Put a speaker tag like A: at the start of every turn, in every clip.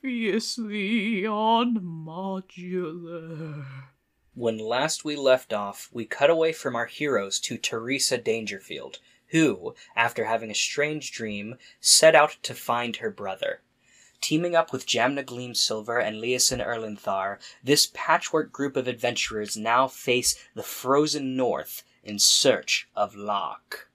A: Previously on Modular.
B: When last we left off, we cut away from our heroes to Teresa Dangerfield, who, after having a strange dream, set out to find her brother. Teaming up with Jamna Gleamsilver and Leosin Erlinthar, this patchwork group of adventurers now face the frozen north in search of Locke.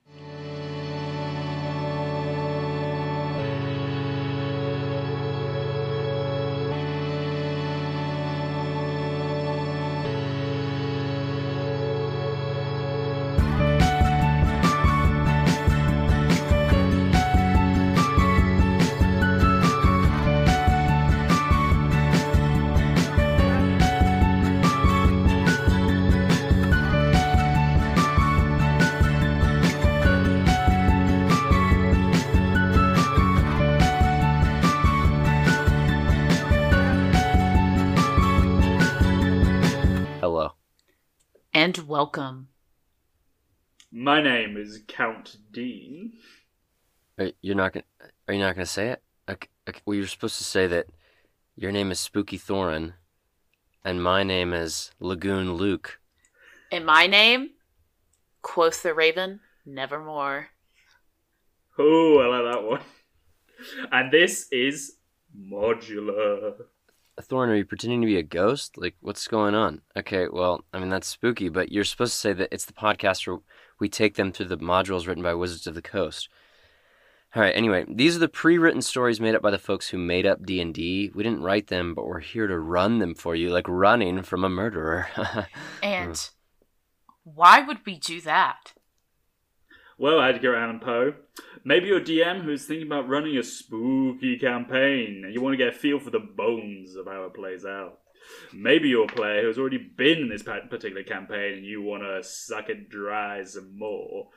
C: Hello.
D: and welcome.
E: My name is Count Dean.
C: Are, you're not gonna. Are you not gonna say it? Okay, okay, well, you're supposed to say that your name is Spooky Thorin, and my name is Lagoon Luke.
D: In my name, quoth the raven, nevermore.
E: Oh, I like that one. And this is modular.
C: Thorin, are you pretending to be a ghost? Like, what's going on? Okay, well, I mean that's spooky, but you're supposed to say that it's the podcast where we take them through the modules written by Wizards of the Coast. All right. Anyway, these are the pre-written stories made up by the folks who made up D and D. We didn't write them, but we're here to run them for you, like running from a murderer.
D: And why would we do that?
E: Well, Edgar Allan Poe, maybe your DM who's thinking about running a spooky campaign and you want to get a feel for the bones of how it plays out. Maybe your player who's already been in this pa- particular campaign and you want to suck it dry some more.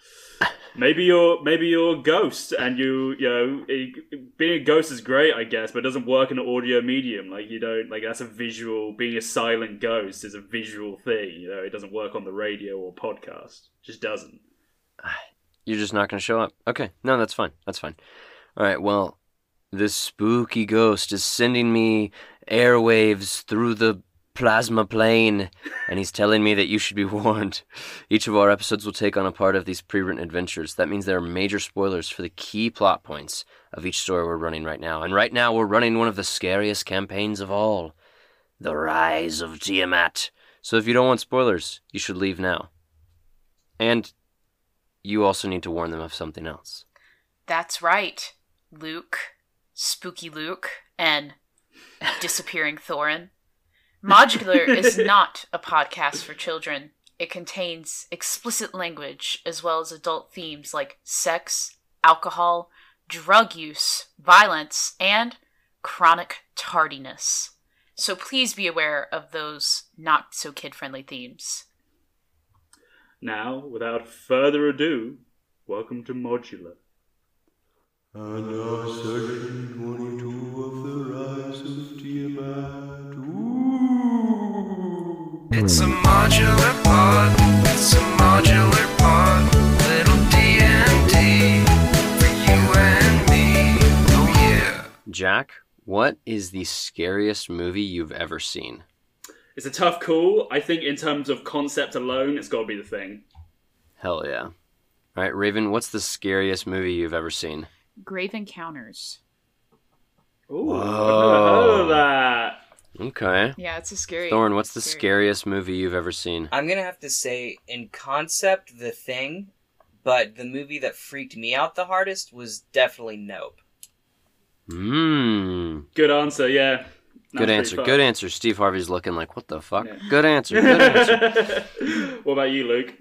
E: Maybe you're maybe you're a ghost and you you know it- being a ghost is great I guess, but it doesn't work in an audio medium. Like you don't like that's a visual. Being a silent ghost is a visual thing. You know it doesn't work on the radio or podcast. Just doesn't.
C: You're just not going to show up. Okay. No, that's fine. That's fine. All right. Well, this spooky ghost is sending me airwaves through the plasma plane, and he's telling me that you should be warned. Each of our episodes will take on a part of these pre written adventures. That means there are major spoilers for the key plot points of each story we're running right now. And right now, we're running one of the scariest campaigns of all The Rise of Tiamat. So if you don't want spoilers, you should leave now. And you also need to warn them of something else.
D: That's right, Luke, spooky Luke, and disappearing Thorin. Modular is not a podcast for children. It contains explicit language as well as adult themes like sex, alcohol, drug use, violence, and chronic tardiness. So please be aware of those not so kid friendly themes.
E: Now, without further ado, welcome to Modular.
F: It's a modular pod. It's a modular pod. Little D and D for you and me. Oh yeah.
C: Jack, what is the scariest movie you've ever seen?
E: It's a tough call. I think in terms of concept alone, it's got to be the thing.
C: Hell yeah. All right, Raven, what's the scariest movie you've ever seen?
D: Grave Encounters.
E: Ooh,
C: Whoa.
E: I've never heard of that.
C: Okay.
D: Yeah, it's a scary.
C: Thorn, what's the scariest movie you've ever seen?
B: I'm gonna have to say, in concept, the thing, but the movie that freaked me out the hardest was definitely Nope.
C: Mmm.
E: Good answer, yeah.
C: Good answer. Good answer. Steve Harvey's looking like, what the fuck? Good answer. Good answer.
E: answer. what about you, Luke?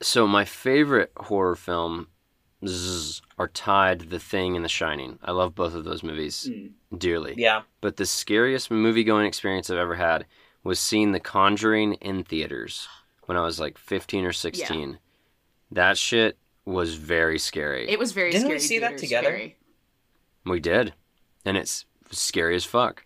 C: So my favorite horror film zzz, are tied The Thing and The Shining. I love both of those movies
E: Mm.
C: dearly.
B: Yeah,
C: But the scariest movie going experience I've ever had was seeing The Conjuring in theaters when I was like 15 or 16. That shit was very scary.
D: It was very
B: Didn't we
D: scary.
B: see that
D: theater
B: together?
D: scary.
C: we did. And it's scary as fuck.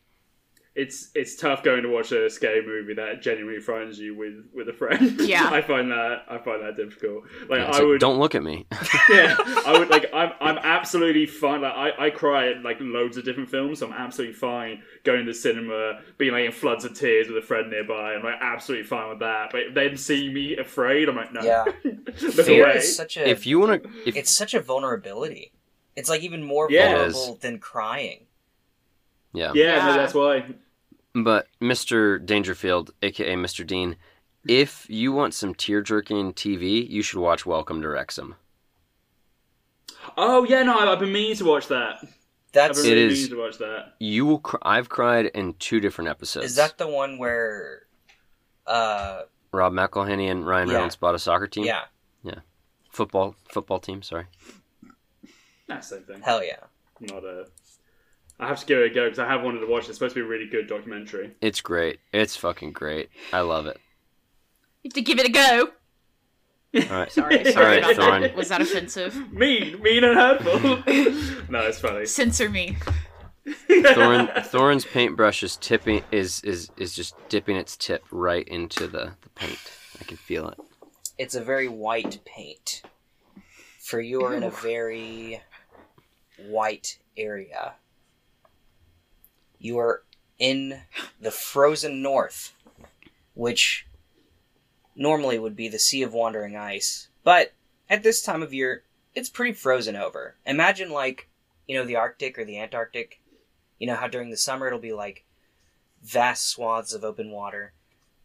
E: it's it's tough going to watch a scary movie that genuinely frightens you with with a friend.
D: Yeah.
E: I find that I find that difficult. Like
C: Yeah, it's
E: I
C: like,
E: would
C: Don't look at me.
E: yeah, I would like. I'm I'm absolutely fine. Like I, I cry at like loads of different films. so I'm absolutely fine going to the cinema, being like in floods of tears with a friend nearby. I'm like absolutely fine with that. But then seeing me afraid, I'm like no.
B: Yeah.
E: Look
B: Fear
E: away.
B: is such a
C: if you want to, if
B: it's such a vulnerability. It's like even more
E: Yeah.
C: It is.
B: vulnerable than crying.
C: yeah.
E: yeah,
D: Yeah.
E: No, that's why.
C: But Mr. Dangerfield, aka Mr. Dean, if you want some tear jerking TV, you should watch Welcome to Wrexham.
E: Oh yeah, no, I've been meaning to watch that. I've
B: That's
E: been
B: is
C: It
E: really
C: is.
E: meaning to watch that.
C: You will. Cr- I've cried in two different episodes.
B: that the one where uh
C: Rob McElhenney and Ryan
B: Yeah.
C: Reynolds bought a soccer team?
B: yeah,
C: Football football team, sorry.
E: That's the same thing.
B: hell yeah.
E: Not a. I have to give it a go because I have wanted to watch. it. It's supposed to be a really good documentary.
C: It's great. It's fucking great. I love it.
D: You have to give it a go.
C: All right.
D: Sorry,
C: All right,
D: sorry about
C: Thorin.
D: that. Was that offensive?
E: mean, mean and hurtful. no, it's funny.
D: Censor me.
C: Thorin Thorin's paintbrush is tipping is is is just dipping its tip right into the, the paint. I can feel it.
B: It's a very white paint. For you are in a very white area. You are in the frozen north, which normally would be the Sea of Wandering Ice, but at this time of year, it's pretty frozen over. Imagine, like, you know, the Arctic or the Antarctic. You know how during the summer it'll be like vast swaths of open water.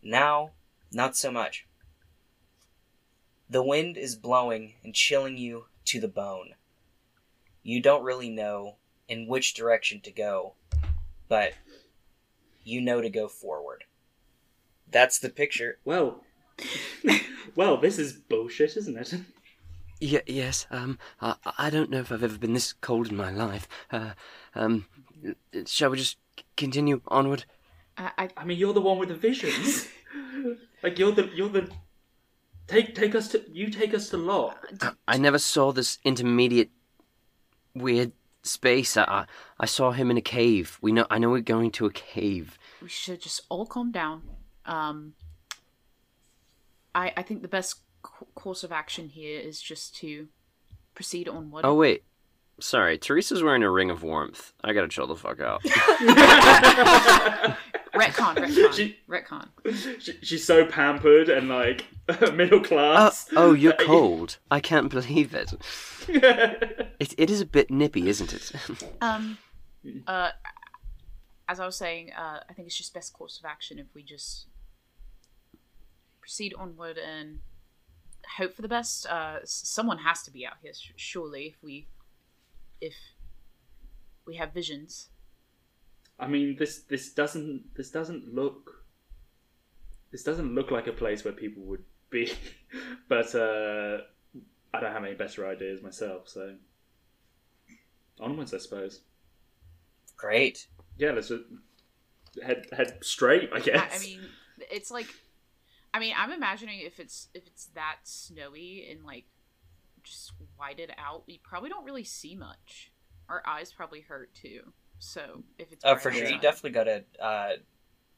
B: Now, not so much. The wind is blowing and chilling you to the bone. You don't really know in which direction to go, but you know to go forward. That's the picture.
E: Well, well, this is bullshit, isn't it?
C: Yeah, yes. Um, I, I don't know if I've ever been this cold in my life. Uh, um, shall we just c- continue onward?
D: I, I,
E: I mean, you're the one with the visions. like you're the you're the take take us to you take us to Lot.
C: I never saw this intermediate weird space. I, I, I saw him in a cave. We know. I know we're going to a cave.
D: we should just all calm down. Um, I, I think the best co- course of action here is just to proceed onward.
C: Oh wait, sorry. Teresa's wearing a ring of warmth. I gotta chill the fuck out.
D: retcon, retcon,
E: She-
D: retcon.
E: She, she's so pampered and like middle
C: oh,
E: class.
C: oh, you're cold. I can't believe it. It it is a bit nippy, isn't it?
D: Um, uh, as I was saying, uh, I think it's just best course of action if we just proceed onward and hope for the best. Uh, s- someone has to be out here, s- surely. If we, if we have visions,
E: I mean, this this doesn't this doesn't look this doesn't look like a place where people would be, but uh, I don't have any better ideas myself. So onwards, I suppose.
B: Great.
E: Yeah, let's just head head straight. I
D: I,
E: guess.
D: I mean, it's like, I mean, I'm imagining if it's if it's that snowy and like just whited out, we probably don't really see much. Our eyes probably hurt too. So if it's
B: Oh, for
D: bright
B: sure. You
D: outside-
B: definitely gotta uh,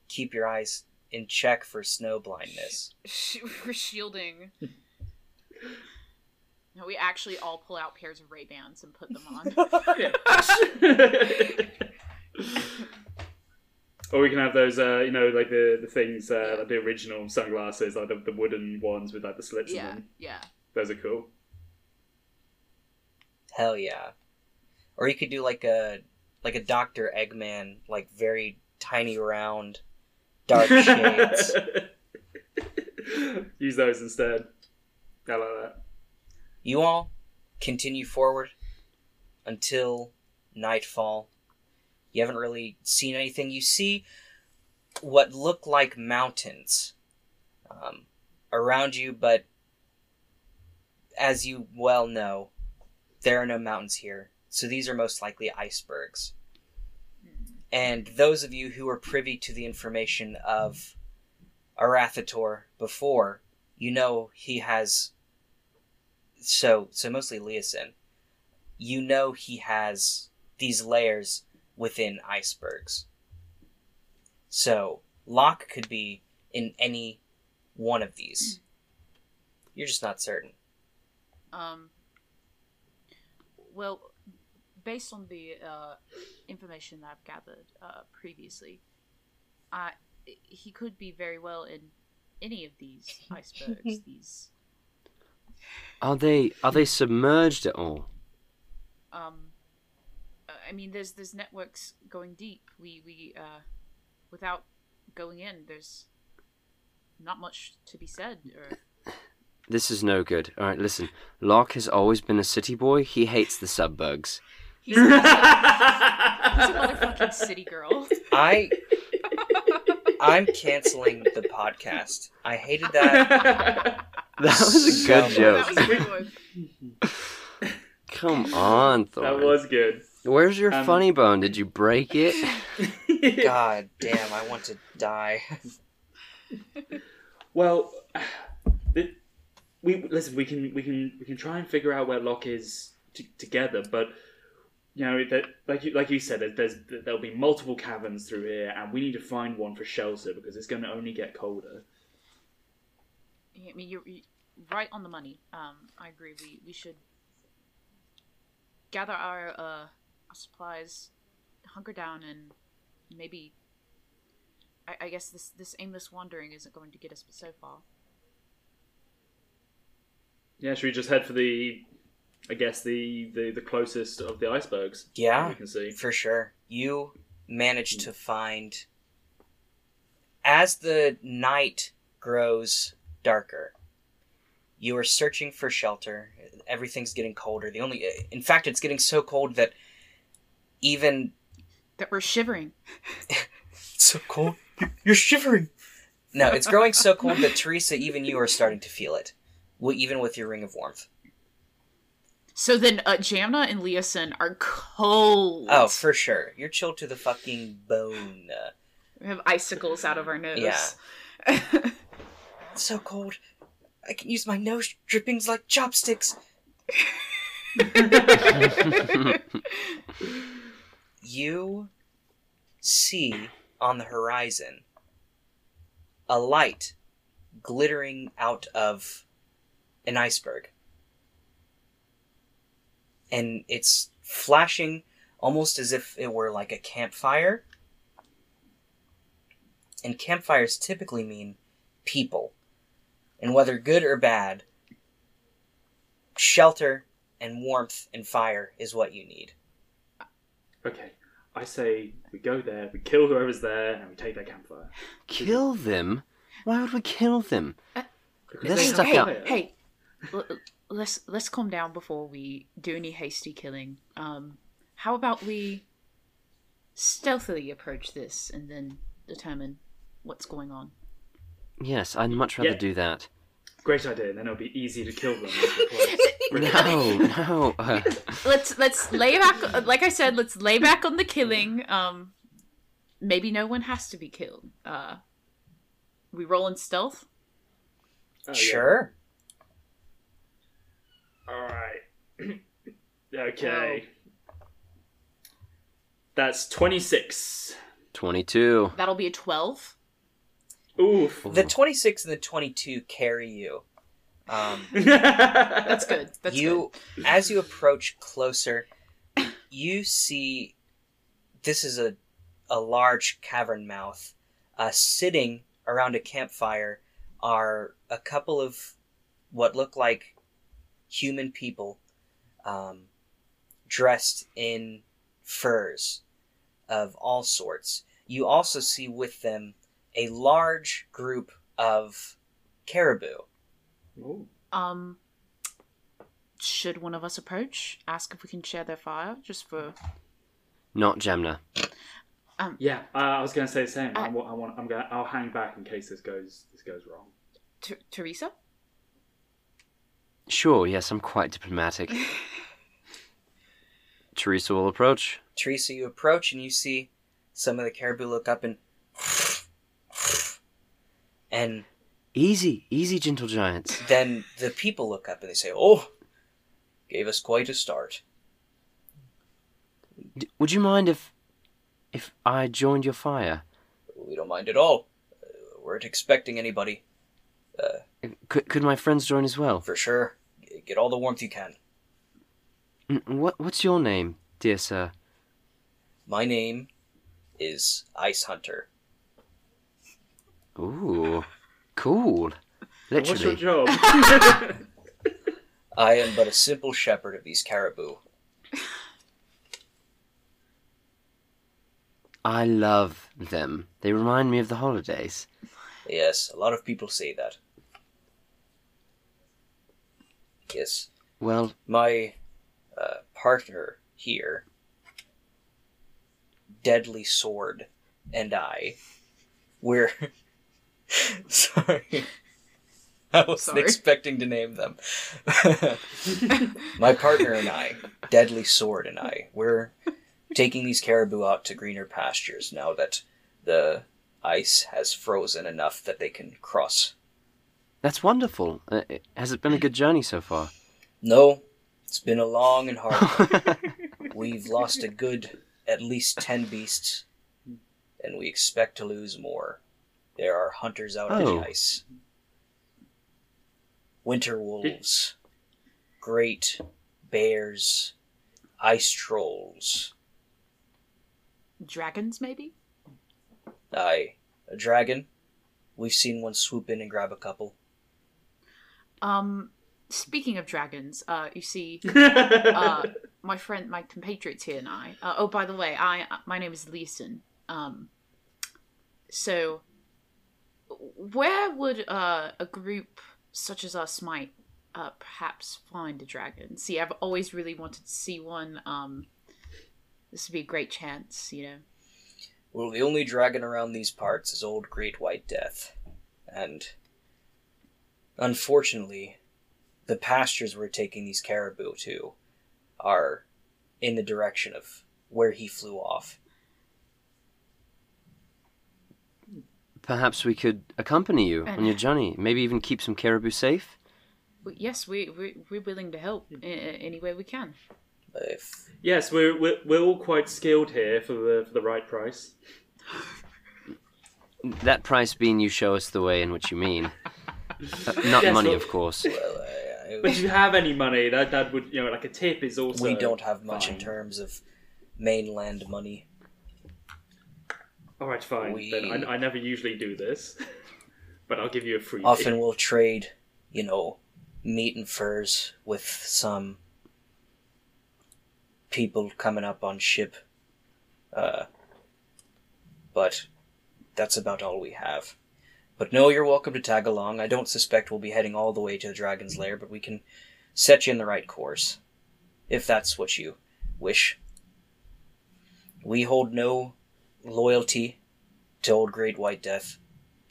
B: keep your eyes in check for snow blindness.
D: Sh- We're shielding. no, we actually all pull out pairs of Ray Bans and put them on.
E: or we can have those, uh, you know, like the the things, uh, like the original sunglasses, like the, the wooden ones with like the slits in
D: yeah,
E: them.
D: yeah.
E: Those are cool.
B: Hell yeah. Or you could do like a like a Doctor Eggman, like very tiny round dark shades.
E: Use those instead. I like that.
B: You all continue forward until nightfall. You haven't really seen anything. You see what look like mountains um, around you, but as you well know, there are no mountains here, so these are most likely icebergs. And those of you who were privy to the information of Arathator before, you know he has so so mostly Leosin, you know he has these layers within icebergs. So lock could be in any one of these. You're just not certain.
D: Um, well, based on the uh, information that I've gathered uh, previously, I, he could be very well in any of these icebergs. these,
C: Are they are they submerged at all?
D: um, uh, I mean, there's there's networks going deep. We we uh, without going in, there's not much to be said. Or
C: This is no good. All right, listen. Locke has always been a city boy. He hates the subbugs.
D: he's a, he's a motherfucking city girl.
B: I I'm canceling the podcast. I hated that.
C: That was a good
B: So-
C: joke.
D: That was a good one.
C: Come on,
E: that
C: Thorne.
E: was good.
C: Where's your
E: um,
C: funny bone? Did you break it?
B: God damn, I want to die.
E: Well, the, we listen. We can we can we can try and figure out where Locke is t- together, but you know that like you like you said, there- there's there'll be multiple caverns through here, and we need to find one for shelter because it's going to only get colder.
D: I mean, you're, you're right on the money. Um, I agree. We we should gather our uh our supplies, hunker down, and maybe. I, I guess this this aimless wandering isn't going to get us so far.
E: Yeah, should we just head for the? I guess the the, the closest of the icebergs.
B: Yeah.
E: we can see.
B: For sure. You managed to find. As the night grows darker, you are searching for shelter. Everything's getting colder. The only. In fact, it's getting so cold that even.
D: That we're shivering.
B: so cold? You're shivering! No, it's growing so cold that Teresa, even you are starting to feel it. Well, even with your ring of warmth.
D: So then, uh, Jamna and Leeson are cold.
B: Oh, for sure. You're chilled to the fucking bone.
D: we have icicles out of our nose.
B: Yeah. It's so cold. I can use my nose drippings like chopsticks. you see on the horizon a light glittering out of an iceberg. And it's flashing almost as if it were like a campfire. And campfires typically mean people. And whether good or bad, shelter and warmth and fire is what you need.
E: Okay, I say we go there, we kill whoever's there, and we take their campfire.
C: kill them? Why would we kill them?
E: Because
C: Let's
E: they
D: Hey,
E: have
C: stuff
D: hey,
C: out.
E: fire.
D: hey. L- l- let's let's calm down before we do any hasty killing. Um, how about we stealthily approach this and then determine what's going on?
C: Yes, I'd much rather
E: Yeah.
C: do that.
E: Great idea. Then it'll be easy to Oh, kill them. with the clothes.
C: No, no. uh,
D: Let's let's lay back. Like I said, let's lay back on the killing. Um, maybe no one has to be killed. Uh, we roll in stealth.
E: Oh, yeah.
B: sure.
E: All right. okay. That's 26.
C: 22.
D: That'll be a twelve.
E: Oof.
B: The 26 and the 22 carry you. Um,
D: That's good. That's good.
B: you, as you approach closer, you see this is a, a large cavern mouth. Uh, sitting around a campfire are a couple of what look like human people um, dressed in furs of all sorts. You also see with them a large group of caribou.
E: Ooh.
D: Um, should one of us approach? Ask if we can share their fire, just for.
C: Not Jamna.
E: Yeah, uh, I was gonna say the same. I,
D: Uh,
E: wa- I want. I'm gonna. I'll hang back in case this goes. This goes wrong.
D: T- Teresa?
C: Sure, yes, I'm quite diplomatic. Teresa will approach.
B: Teresa, you approach and you see some of the caribou look up and and
C: Easy, easy, gentle giants.
B: then the people look up and they say, "Oh, gave us quite a start."
C: D- would you mind if, if I joined your fire?
B: we don't mind at all. Uh, weren't expecting anybody,
C: Could, could my friends join as well?
B: for sure. G- Get all the warmth you can.
C: N- Mm, What What's your name, dear sir?
B: My name is Ice Hunter.
C: Ooh, cool.
E: What's your
C: Literally.
E: job?
B: I am but a simple shepherd of these caribou.
C: I love them. They remind me of the holidays.
B: Yes, a lot of people say that. Yes,
C: Well,
B: my uh, partner here, Deadly Sword, and I, we're. Sorry. I wasn't
G: Sorry.
B: expecting to name them. my partner and I, Deadly Sword and I, we're taking these caribou out to greener pastures now that the ice has frozen enough that they can cross
C: that's wonderful. Uh, it- has it been a good journey so far?
B: No, it's been a long and hard. one. We've lost a good at least 10 beasts, and we expect to lose more. There are hunters out on
C: Oh.
B: the ice. Winter wolves, great bears, ice trolls.
D: Dragons, maybe?
B: Aye, a dragon. We've seen one swoop in and grab a couple.
D: Um, speaking of dragons, uh, you see, uh, my friend, my compatriots here, and I. Uh, oh, by the way, I my name is Leeson. Um, so where would uh, a group such as us might uh, perhaps find a dragon? See, I've always really wanted to see one. Um, this would be a great chance, you know.
B: Well, the only dragon around these parts is old Great White Death. And unfortunately, the pastures we're taking these caribou to are in the direction of where he flew off.
C: Perhaps we could accompany you on your journey. Maybe even keep some caribou safe.
D: But yes, we, we we're willing to help
C: Hmm.
D: in, in any way we can.
B: If
E: yes, we're, we're we're all quite skilled here for the for the right price.
C: That price being you show us the way in which you mean. Uh, not
E: Yes,
C: money,
E: well-
C: of course.
B: well, I-
E: But if you have any money, that that would you know like a tip is also.
B: we don't have much in
E: fine.
B: terms of mainland money.
E: All right, fine.
B: We-
E: Then I, I never usually do this, but I'll give you a free.
B: Often we'll trade, you know, meat and furs with some people coming up on ship. Uh, but that's about all we have. But no, you're welcome to tag along. I don't suspect we'll be heading all the way to the Dragon's Lair, but we can set you in the right course, if that's what you wish. We hold no loyalty to old Great White Death,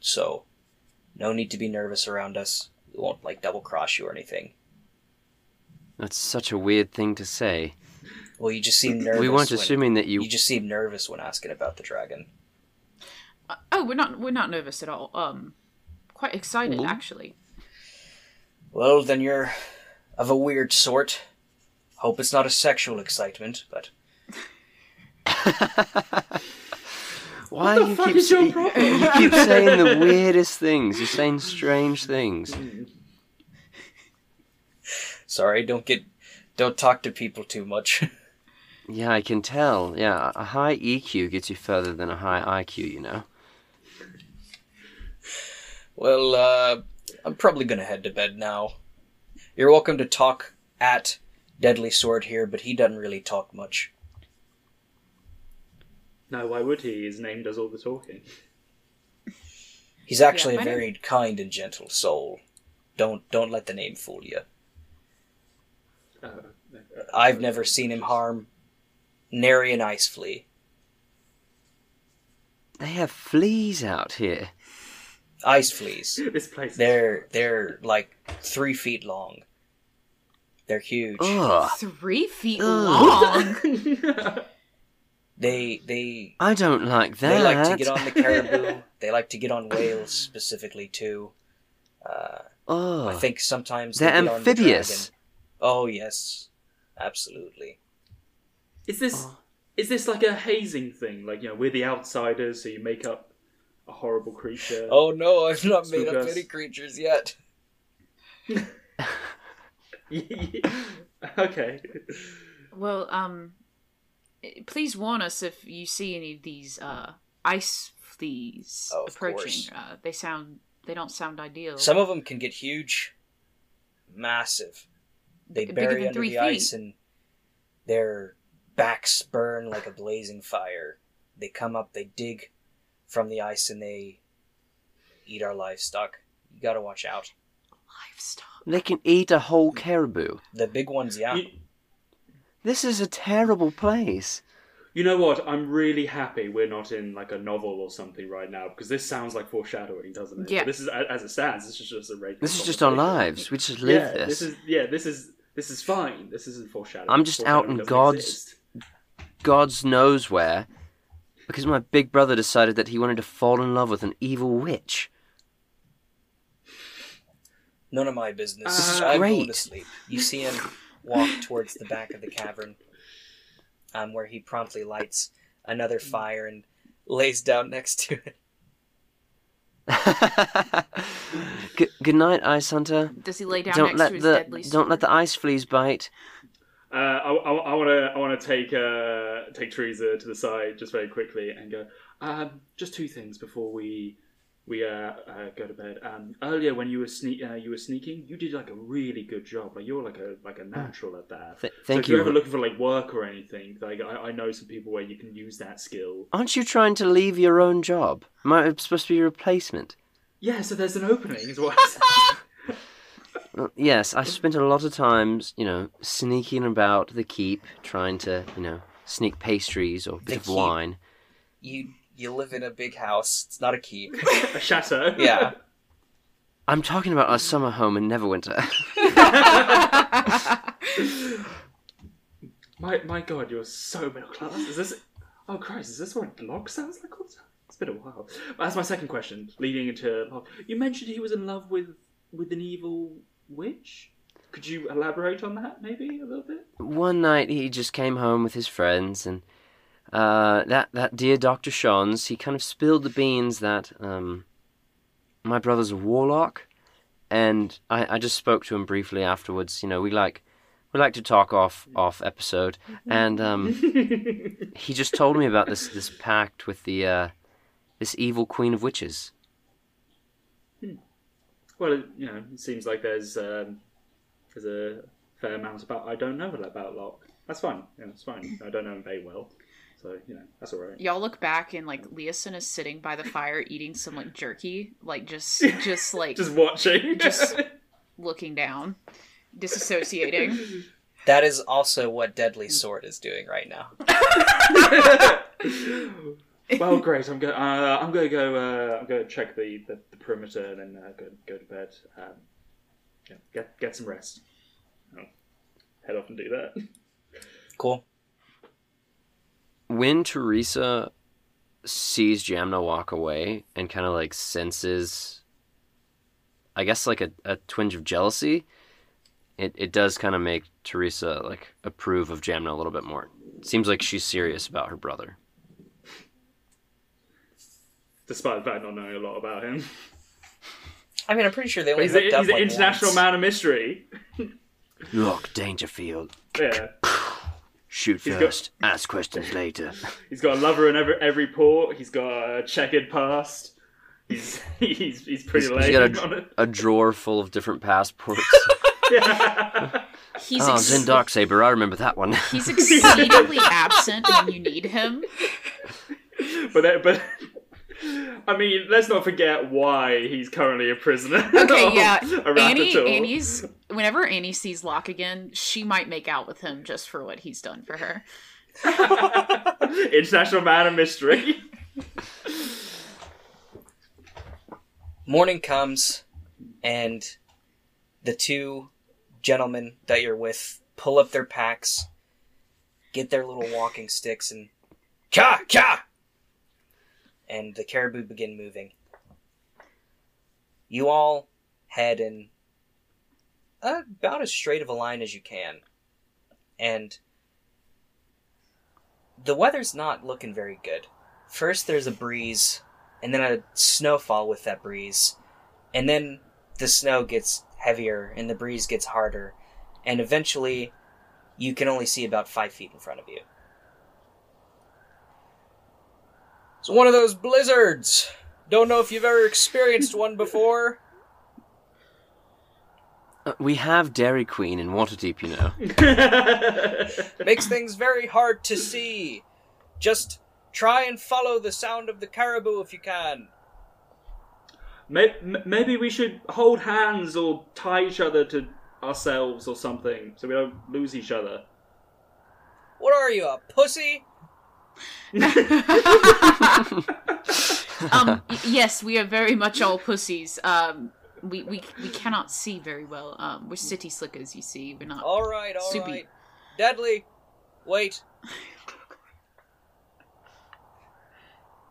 B: so no need to be nervous around us. We won't like double cross you or anything.
C: That's such a weird thing to say.
B: Well, you just seem nervous.
C: We weren't
B: when-
C: assuming that
B: You...
C: you.
B: just seem nervous when asking about the dragon.
D: Uh, oh, we're not we're not nervous at all. Um, quite excited
C: Ooh.
D: actually.
B: Well, then you're of a weird sort. Hope it's not a sexual excitement, but
C: Why
E: What the
C: you
E: fuck
C: keep
E: is your
C: sa-
E: problem?
C: You keep saying the weirdest things. You're saying strange things.
B: sorry, don't get, don't talk to people too much.
C: Yeah, I can tell. Yeah, a high EQ gets you further than a high IQ, you know.
B: well, uh, I'm probably gonna head to bed now. You're welcome to talk at Deadly Sword here, but he doesn't really talk much.
E: No, why would he? His name does all the talking.
B: He's actually
D: my
B: a
D: name-
B: very kind and gentle soul. Don't don't let the name fool you.
E: Uh,
B: I've never seen him harm nary an ice flea.
C: They have fleas out here.
B: Ice fleas.
E: This place.
B: They're they're like three feet long. They're huge.
C: Ugh.
D: Three feet
C: Ugh.
D: long.
B: They they
C: I don't like that.
B: they like to get on the caribou. they like to get on whales specifically too. Uh,
C: Ugh.
B: I think sometimes
C: Oh. They're
B: they get on the
C: amphibious.
B: dragon. oh yes, absolutely.
C: Ah.
E: Is this is this like a hazing thing? Like you know, we're the outsiders, so you make up a horrible creature.
B: Oh no, I've not
E: Spook
B: made up
E: us.
B: any creatures yet.
E: okay.
D: Well, um, eh, please warn us if you see any of these uh, ice fleas
B: Oh, of course.
D: approaching. Uh, they sound they don't sound ideal.
B: Some of them can get huge, massive. They
D: Bigger
B: bury
D: than
B: under
D: three
B: the ice
D: feet.
B: and their backs burn like a blazing fire. They come up, they dig from the ice, and they eat our livestock. You gotta watch out.
D: livestock.
C: They can eat a whole caribou.
B: The big ones, yeah.
E: You,
C: This is a terrible place.
E: you know what? I'm really happy we're not in like a novel or something right now because this sounds like foreshadowing, doesn't it?
D: Yeah.
E: But This is as it stands. This is just a regular.
C: This is just our
E: conversation.
C: lives. We just live
E: yeah,
C: this.
E: is yeah. This is this is fine. This isn't foreshadowing.
C: I'm just out
E: Foreshadowing
C: in
E: doesn't
C: God's-
E: exist.
C: God's knows where. Because my big brother decided that he wanted to fall in love with an evil witch.
B: None of my business.
E: This
D: Uh,
E: is
B: I'm going
C: great.
B: to sleep. You see him walk towards the back of the cavern, um, where he promptly lights another
D: Mm.
B: fire and lays down next to it.
C: G- good night, Ice Hunter.
D: Does he lay down
C: don't
D: next to
C: let
D: his
C: the
D: deadly
C: don't let the
D: sword?
C: ice fleas bite.
E: Uh, I, I, I want to I want to take uh, take Teresa to the side just very quickly and go. Um, just two things before we we uh, uh, go to bed. Um, earlier when you were sneak uh, you were sneaking, you did like a really good job. Like you're like a like a natural at that.
C: Hmm. Th-
E: so
C: thank
E: if you're
C: you.
E: ever looking for like work or anything, like I, I know some people where you can use that skill.
C: Aren't you trying to leave your own job? Am I supposed to be your replacement?
E: Yeah, so there's an opening as well. I said.
C: Well, yes, I've spent a lot of times, you know, sneaking about the keep, trying to, you know, sneak pastries or a
B: The
C: bit of
B: keep.
C: wine.
B: You you live in a big house. It's not a keep.
E: a chateau.
B: Yeah.
C: I'm talking about our summer home in Neverwinter.
E: My my god, you're so middle class. Is this? Oh Christ, is this what a log sounds like? all the time? It's been a while. That's my second question, leading into. oh, You mentioned he was in love with with an evil witch. Could you elaborate on that, maybe a little bit?
C: One night he just came home with his friends, and uh, that that dear Doctor Shons, he kind of spilled the beans that um, my brother's a warlock, and I, I just spoke to him briefly afterwards. You know, we like we like to talk off off episode, and um, he just told me about this this pact with the uh, this evil queen of witches.
E: Well, it, you know, it seems like there's um, there's a fair amount about I don't know about Locke. That's fine. Yeah, that's fine. I don't know him very well, so you know that's all right.
D: Y'all look back and like Leeson is sitting by the fire eating some like jerky, like just just like
E: Just watching.
D: Just- looking down, disassociating.
B: That is also what Deadly Sword is doing right now.
E: well, great. I'm going. Uh, I'm going to go. Uh, I'm going to check the, the, the perimeter and then uh, go go to bed. Um, yeah, get get some rest. Oh, head off and do that.
B: Cool.
C: when Teresa sees Jamna walk away and kind of like senses, I guess like a, a twinge of jealousy, it, it does kind of make Teresa like approve of Jamna a little bit more. seems like she's serious about her brother.
E: Despite the fact not knowing a lot about him,
B: I mean, I'm pretty sure they only
E: he's, a,
B: hooked up
E: he's an
B: like,
E: international
B: once.
E: man of mystery.
C: Look, Dangerfield,
E: Yeah,
C: shoot
E: He's got-
C: first, ask questions later.
E: he's got a lover in every every port. He's got a checkered past. He's he's he's pretty
C: He's-
E: lame.
C: he's got
E: on it.
C: a drawer full of different passports.
E: Yeah.
D: He's
C: oh,
D: ex-
C: Zen Darksaber, I remember that one.
D: he's exceedingly absent when you need him.
E: but that- but. I mean, let's not forget why he's currently a prisoner.
D: Okay, yeah.
E: A
D: Annie,
E: Ratatouille.
D: Annie's whenever Annie sees Locke again, she might make out with him just for what he's done for her.
E: International Man of Mystery.
B: Morning comes, and the two gentlemen that you're with pull up their packs, get their little walking sticks, and ka ka, and the caribou begin moving. You all head in about as straight of a line as you can, and the weather's not looking very good. First, there's a breeze and then a snowfall with that breeze, and then the snow gets heavier and the breeze gets harder, and eventually you can only see about five feet in front of you. It's one of those blizzards. Don't know if you've ever experienced one before.
C: Uh, we have Dairy Queen in Waterdeep, you know.
B: Makes things very hard to see. Just try and follow the sound of the caribou if you can.
E: May- m- Maybe we should hold hands or tie each other to ourselves or something so we don't lose each other.
B: What are you, a pussy?
D: um, y- yes, we are very much all pussies. Um, we, we we cannot see very well. Um, we're city slickers, you see. We're not.
B: All right, all right.
D: Soupy.
B: Deadly, wait.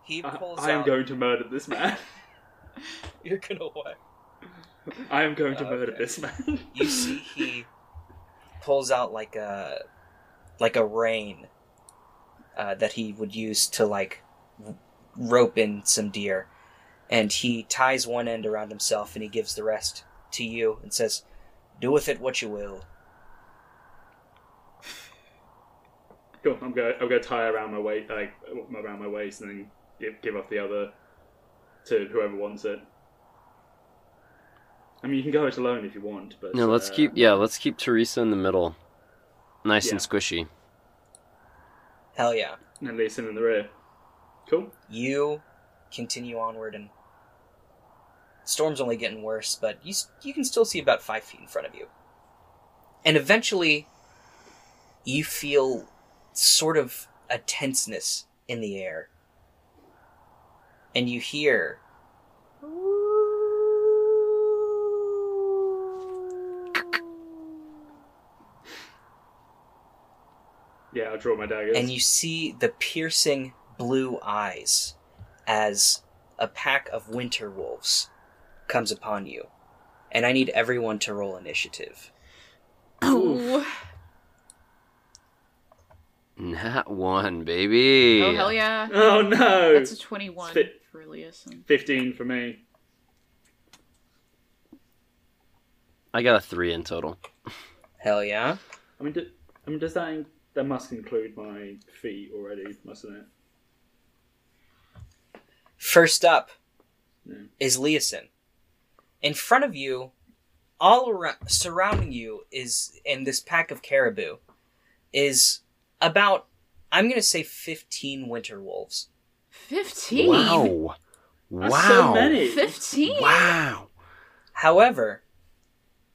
B: He
E: I,
B: pulls
E: I am
B: out.
E: going to murder this man.
B: You're gonna what?
E: I am going to murder this man.
B: You see, he pulls out like a like a rein uh, that he would use to like r- rope in some deer, and he ties one end around himself and he gives the rest to you and says, "Do with it what you will."
E: Cool. I'm going. I'm going to tie around my waist, like around my waist, and then give give off the other to whoever wants it. I mean, you can go it alone if you want, but
C: No, let's
E: uh,
C: keep yeah, let's keep Teresa in the middle, nice and
E: Yeah.
C: squishy.
B: Hell yeah!
E: and Leeson in the rear. Cool.
B: You continue onward, and storm's only getting worse, but you s- you can still see about five feet in front of you, and eventually, you feel sort of a tenseness in the air, and you hear.
E: Yeah, I'll draw my daggers.
B: and you see the piercing blue eyes as a pack of winter wolves comes upon you. And I need everyone to roll initiative.
D: Oh,
C: Not one, baby.
D: oh hell yeah!
E: Oh no!
D: That's a twenty-one
E: Spit.
D: for Elias. and-
E: Fifteen for me.
C: I got a three in total.
B: Hell yeah.
E: I mean, do, I mean, does that in, that must include my feet already, mustn't it?
B: First up
E: Yeah.
B: is Leeson. In front of you, all around, surrounding you is in this pack of caribou is about I'm going to say 15 winter wolves.
D: Fifteen.
C: Wow,
E: That's
C: wow,
E: so many.
D: Fifteen.
C: wow.
B: However,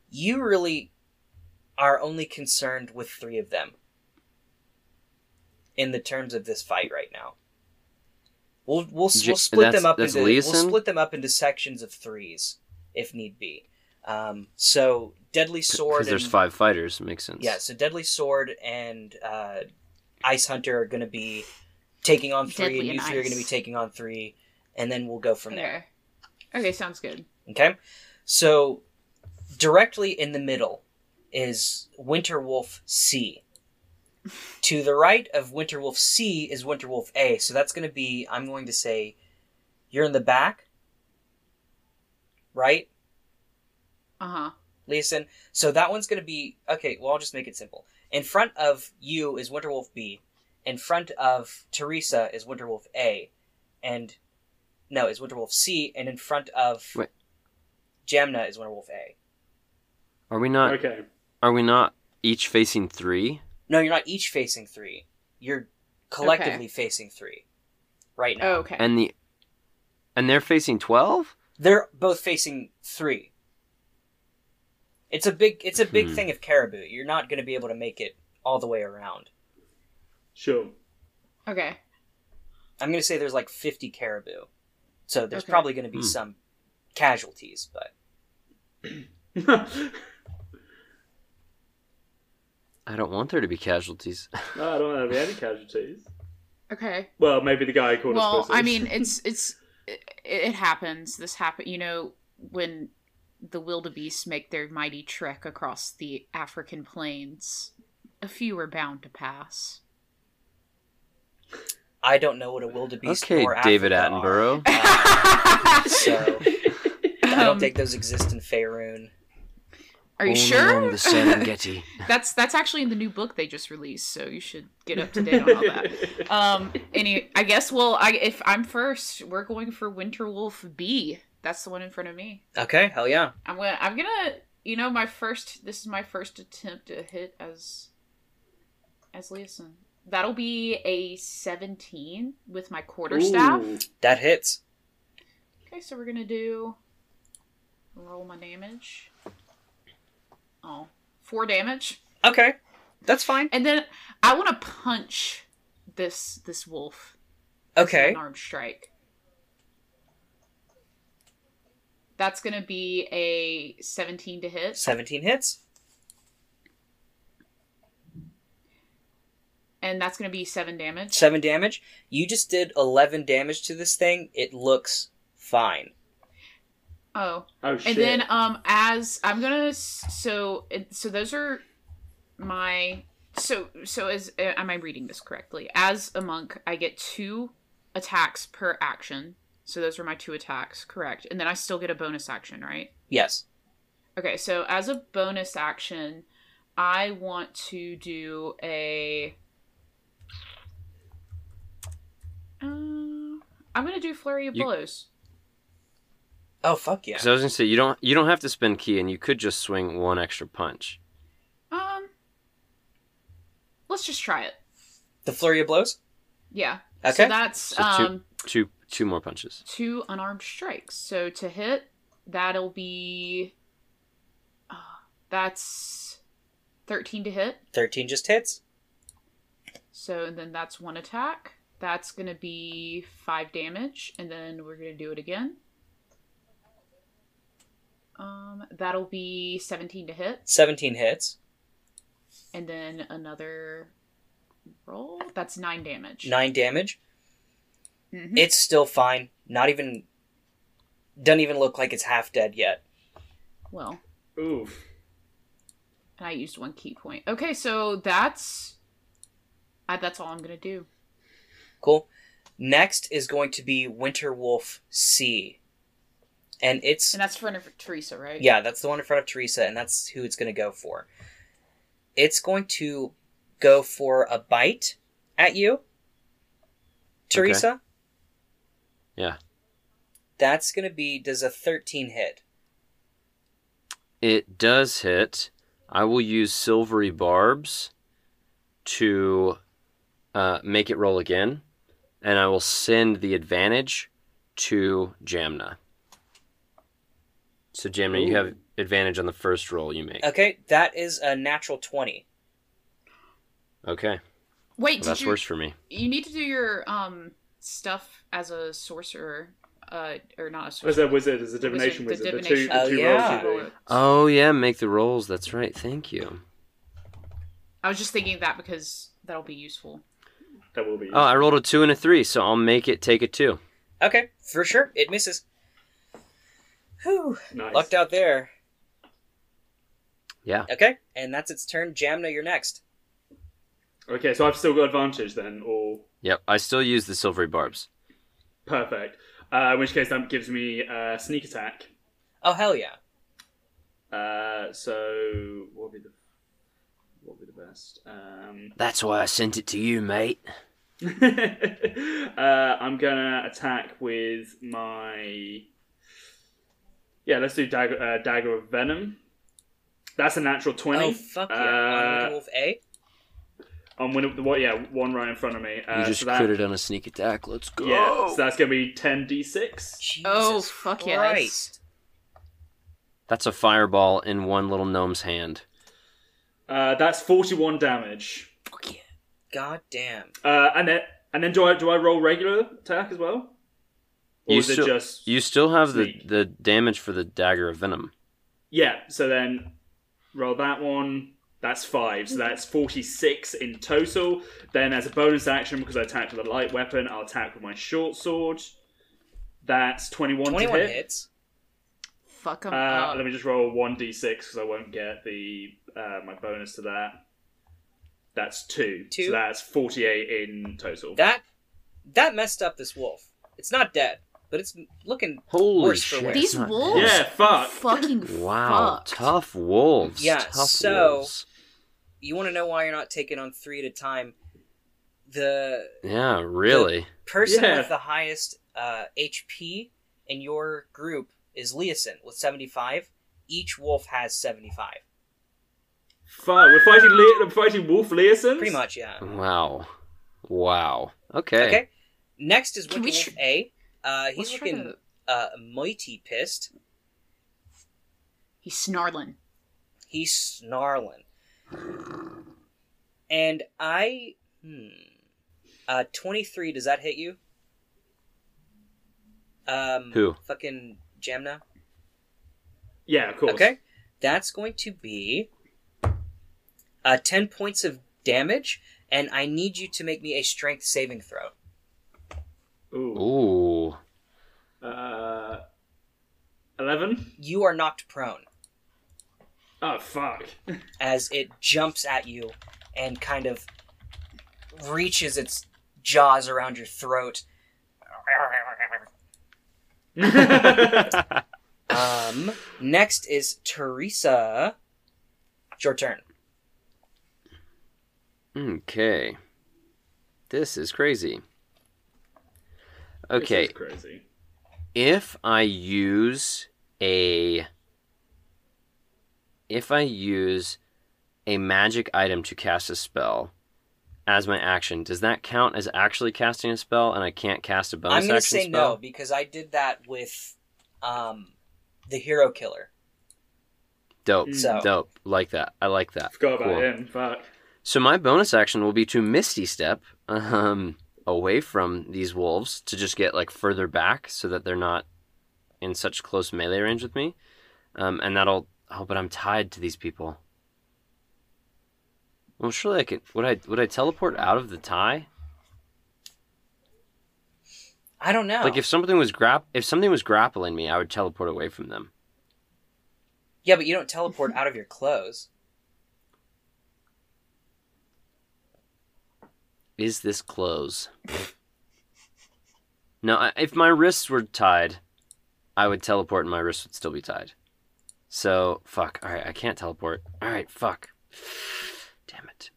B: you really are only concerned with three of them in the terms of this fight right now. We'll we'll,
C: J-
B: we'll split
C: that's-
B: them up
C: that's
B: into we'll
C: Leeson?
B: split them up into sections of threes if need be. Um, so deadly sword
C: Because there's
B: and-
C: five fighters, makes sense.
B: yeah, so deadly sword and uh, ice hunter are going to be taking on three,
D: Deadly
B: and you
D: and
B: three are
D: Ice.
B: going to be taking on three, and then we'll go from there.
D: Okay. Okay, sounds good.
B: Okay? So directly in the middle is Winterwolf C. to the right of Winterwolf C is Winterwolf A. So that's going to be I'm going to say you're in the back. Right?
D: Uh huh.
B: Leeson. So that one's going to be okay. Well, I'll just make it simple. In front of you is Winterwolf B. In front of Teresa is Winterwolf A, and no, is Winterwolf C. And in front of
C: Wait.
B: Jamna is Winterwolf A.
C: Are we not?
E: Okay.
C: Are we not each facing three?
B: No, you're not each facing three. You're collectively facing three right now.
D: Oh, okay.
C: And the and they're facing twelve.
B: They're both facing three. It's a big. It's a big
C: Hmm.
B: thing of caribou. You're not going to be able to make it all the way around.
E: Sure.
D: okay.
B: I'm gonna say there's like 50 caribou, so there's
D: Okay.
B: probably gonna be
C: Hmm.
B: some casualties. But
E: no,
C: I don't want there to be casualties.
E: I don't want to have any casualties.
D: Okay.
E: Well, maybe the guy who called us
D: Well,
E: pussies.
D: I mean, it's it's it, it happens. This happen. You know when the wildebeest make their mighty trek across the African plains, a few are bound to pass.
B: I don't know what a wildebeest
C: Okay,
B: or
C: David
B: Africa are.
C: Attenborough.
B: Uh, so I don't think those exist in Faerun.
D: Um, Are you
C: All
D: sure?
C: Along the Serengeti.
D: that's that's actually in the new book they just released, so you should get up to date on all that. Um, any, I guess. Well, I if I'm first, we're going for Winter Wolf B. That's the one in front of me.
B: Okay, hell yeah.
D: I'm gonna, I'm gonna, you know, my first. This is my first attempt at hit as, as Leeson. That'll be a 17 with my quarter staff.
E: Ooh.
B: That hits.
D: Okay, so we're gonna do. Roll my damage. Oh, four damage.
B: Okay, that's fine.
D: And then I want to punch this this wolf.
B: Okay,
D: An arm strike. That's gonna be a seventeen to hit,
B: seventeen hits.
D: and that's gonna be seven damage.
B: Seven damage. You just did eleven damage to this thing. It looks fine.
D: Oh,
E: Oh shit!
D: and then um, as I'm gonna s- so it- so those are my so so as uh, am I reading this correctly? As a monk, I get two attacks per action. So those are my two attacks, correct? And then I still get a bonus action, right?
B: Yes.
D: Okay, so as a bonus action, I want to do a. Uh, I'm gonna do flurry of
C: You-
D: blows.
B: Oh fuck yeah.
C: Because I was gonna say you don't you don't have to spend key, and you could just swing one extra punch.
D: Um, let's just try it.
B: The flurry of blows.
D: Yeah.
B: Okay.
D: So that's
C: So two-
D: um
C: Two two more punches.
D: two unarmed strikes. So to hit, that'll be. Uh, that's thirteen to hit.
B: Thirteen just hits.
D: So and then that's one attack. That's gonna be five damage, and then we're gonna do it again. Um, that'll be seventeen to hit,
B: Seventeen hits.
D: and then another roll. That's nine damage.
B: Nine damage.
D: Mhm.
B: It's still fine. Not even. Doesn't even look like it's half dead yet.
D: Well,
E: Ooh.
D: and I used one key point. Okay, so that's I, that's all I'm gonna do.
B: Cool. Next is going to be Winter Wolf C, and it's
D: And that's for Teresa, right?
B: Yeah, that's the one in front of Teresa, and that's who it's going to go for. It's going to go for a bite at you, Teresa.
C: Yeah.
B: That's going to be does a thirteen hit?
C: It does hit. I will use silvery barbs to uh, make it roll again, and I will send the advantage to Jamna. So Jamna, you have advantage on the first roll you make.
B: Okay, that is a natural twenty.
C: Okay,
D: Wait,
C: well,
D: did
C: that's
D: you
C: worse for me.
D: you need to do your um stuff as a sorcerer, uh, or not a sorcerer?
E: What's that wizard? Is a divination
D: Wizard,
E: wizard.
D: the
E: The, two,
D: divination
E: the two
B: wizard. Oh, yeah.
E: rolls you do.
C: Oh yeah, make the rolls. That's right. Thank you.
D: I was just thinking that because that'll be useful.
E: That will be.
C: Oh, I rolled a two and a three, so I'll make it take a two.
B: Okay, for sure, it misses. Whew,
E: nice.
B: lucked out there.
C: Yeah.
B: Okay, and that's its turn. Jamna, you're next.
E: Okay, so I've still got advantage then, or
C: Yep, I still use the silvery barbs.
E: perfect. Uh, in which case that gives me uh, sneak attack.
B: Oh hell yeah!
E: Uh, so what would be the what would be the best? Um,
C: That's why I sent it to you, mate.
E: uh, I'm gonna attack with my yeah. Let's do dagger, uh, dagger of venom. That's a natural twenty.
B: Oh fuck yeah! On Winter
E: Uh,
B: Wolf A.
E: on one of the what? Yeah, one right in front of me. Uh,
C: you just
E: so that-
C: critted on a sneak attack. Let's go.
E: Yeah, so that's gonna be ten d six.
B: Jesus
D: Oh, fuck yes.
B: Christ.
C: That's a fireball in one little gnome's hand.
E: Uh, that's forty one damage.
B: God damn.
E: Uh, and then and then do I do I roll regular attack as well? Or
C: You
E: is
C: still-
E: it just
C: You still have the,
E: Sneak.
C: the damage for the dagger of venom.
E: Yeah, so then roll that one. That's five, so that's forty six in total. Then as a bonus action, because I attacked with a light weapon, I'll attack with my short sword. That's twenty one to
B: 21
E: hit.
B: hits.
D: Fuck them
E: Uh,
D: up.
E: let me just roll one d six because I won't get the uh, my bonus to that. That's two.
B: Two.
E: So that's forty eight in total.
B: That that messed up this wolf. It's not dead, but it's looking
C: Holy
B: worse for
C: shit.
B: wear.
D: These
C: not
D: wolves?
C: bad.
E: Yeah, fuck.
D: Fucking
C: Wow,
D: fucked.
C: tough wolves.
B: Yeah,
C: tough
B: so-
C: wolves.
B: You want to know why you're not taking on three at a time? The
C: Yeah, really.
B: person
E: Yeah.
B: with the highest uh, HP in your group is Leosin with 75. Each wolf has 75.
E: Fuck, we're fighting Le- we're fighting Wolf Leosons?
B: Pretty much, yeah.
C: Wow. Wow. Okay.
B: Okay. Next is
D: Can
B: Wicked
D: we
B: Wolf
D: tr-
B: A. Uh, he's
D: Let's try
B: looking
D: to-
B: uh, mighty pissed.
D: He's snarling.
B: He's snarling. And I. Hmm. Uh, 23, does that hit you? Um,
C: Who?
B: Fucking Jamna.
E: Yeah, of course.
B: Okay. That's going to be uh, 10 points of damage, and I need you to make me a strength saving throw.
E: Ooh.
C: Ooh.
E: Uh, 11?
B: You are knocked prone
E: Oh, fuck.
B: as it jumps at you and kind of reaches its jaws around your throat. Um, next is Teresa. It's your turn.
C: Okay. This is crazy.
E: This
C: Okay.
E: is crazy.
C: if I use a if I use a magic item to cast a spell as my action, does that count as actually casting a spell and I can't cast a bonus
B: I'm gonna
C: action
B: say
C: spell?
B: no because I did that with um, the hero killer.
C: Dope.
B: So-
C: Dope. Like that. I like that.
E: Hmm. Forgot about
C: Cool.
E: him. Fuck.
C: So my bonus action will be to Misty Step um, away from these wolves to just get like further back so that they're not in such close melee range with me, um, and that'll. Oh, but I'm tied to these people. Well, surely I could. Would I? Would I teleport out of the tie?
B: I don't know.
C: Like if something was grap, if something was grappling me, I would teleport away from them.
B: yeah, but you don't teleport out of your clothes.
C: Is this close? no, I, if my wrists were tied, I would teleport and my wrists would still be tied. So, fuck. All right, I can't teleport. All right, fuck. Damn it.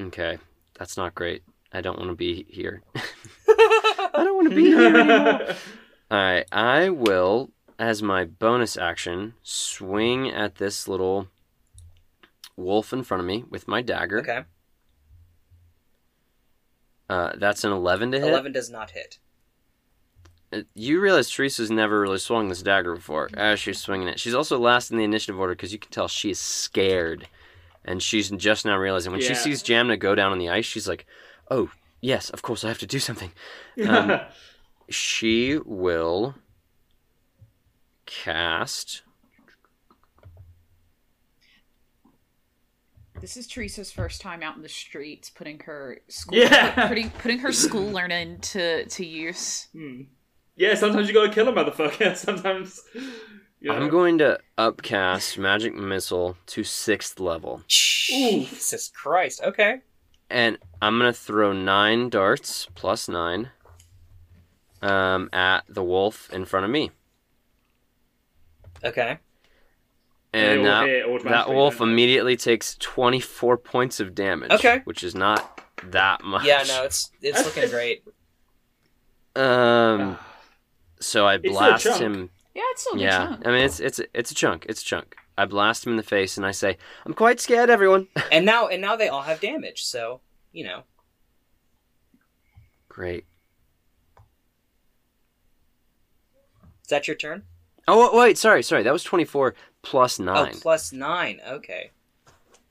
C: Okay, that's not great. I don't want to be here. I don't want to be here anymore. All right, I will, as my bonus action, swing at this little wolf in front of me with my dagger.
B: Okay,
C: Uh, that's an 11 to hit.
B: eleven does not hit.
C: Uh, You realize Teresa's never really swung this dagger before. As she's swinging it, she's also last in the initiative order because you can tell she is scared, and she's just now realizing when she
E: Yeah.
C: sees Jamna go down on the ice, she's like, "Oh, yes, of course I have to do something." Um, she will cast.
D: This is Teresa's first time out in the streets, putting her school,
E: Yeah.
D: putting, putting her school learning to to use.
E: Hmm. Yeah, sometimes you gotta kill a motherfucker. Sometimes. You know.
C: I'm going to upcast magic missile to sixth level,
B: Jesus Christ. Okay.
C: and I'm gonna throw nine darts plus nine um, at the wolf in front of me.
B: Okay.
E: They
C: and
E: all
C: that,
E: hit automatically,
C: uh, that wolf
E: don't they?
C: immediately takes 24 points of damage
B: Okay.
C: which is not that much
B: Yeah. No. It's it's looking great.
C: um so i
E: still a
C: blast
E: chunk.
C: him
D: Yeah, it's still a Oh, good
C: yeah
D: chunk.
C: i mean it's it's it's a chunk it's a chunk i blast him in the face and i say i'm quite scared everyone
B: And now and now they all have damage. So you know.
C: great
B: Is that your turn?
C: oh wa- wait sorry sorry that was 24 plus 9
B: Oh, plus nine. Okay.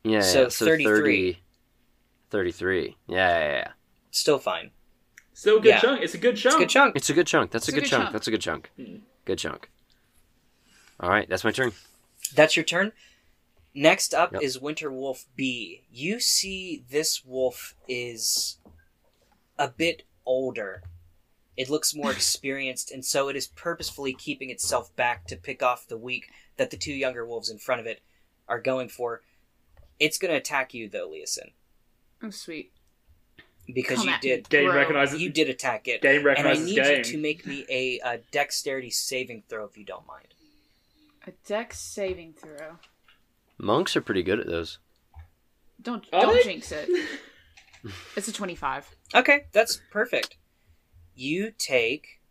C: yeah
B: so
C: yeah, so
B: 33.
C: 30 33 yeah, yeah yeah
B: Still fine.
E: Still a good
B: Yeah.
E: chunk. It's a good
B: It's
E: chunk.
B: a good chunk.
C: it's a good chunk that's a
D: It's
C: good, chunk. that's a good chunk good chunk all right that's my turn
B: That's your turn. Next up
C: Yep.
B: is Winter Wolf B. You see, this wolf is a bit older. It looks more experienced, and so it is purposefully keeping itself back to pick off the weak that the two younger wolves in front of it are going for. It's going to attack you, though, Leosin.
D: Oh, sweet.
B: because
D: Come
B: you
D: at me.
B: did
E: Game
D: Bro.
E: recognizes
B: you did attack it,
E: game
B: and I
E: recognizes
B: need
E: game.
B: you to make me a, uh dexterity saving throw if you don't mind.
D: A dex saving throw.
C: Monks are pretty good at those.
D: Don't
E: Are
D: don't
E: they?
D: jinx it. It's a twenty-five.
B: Okay, that's perfect. You take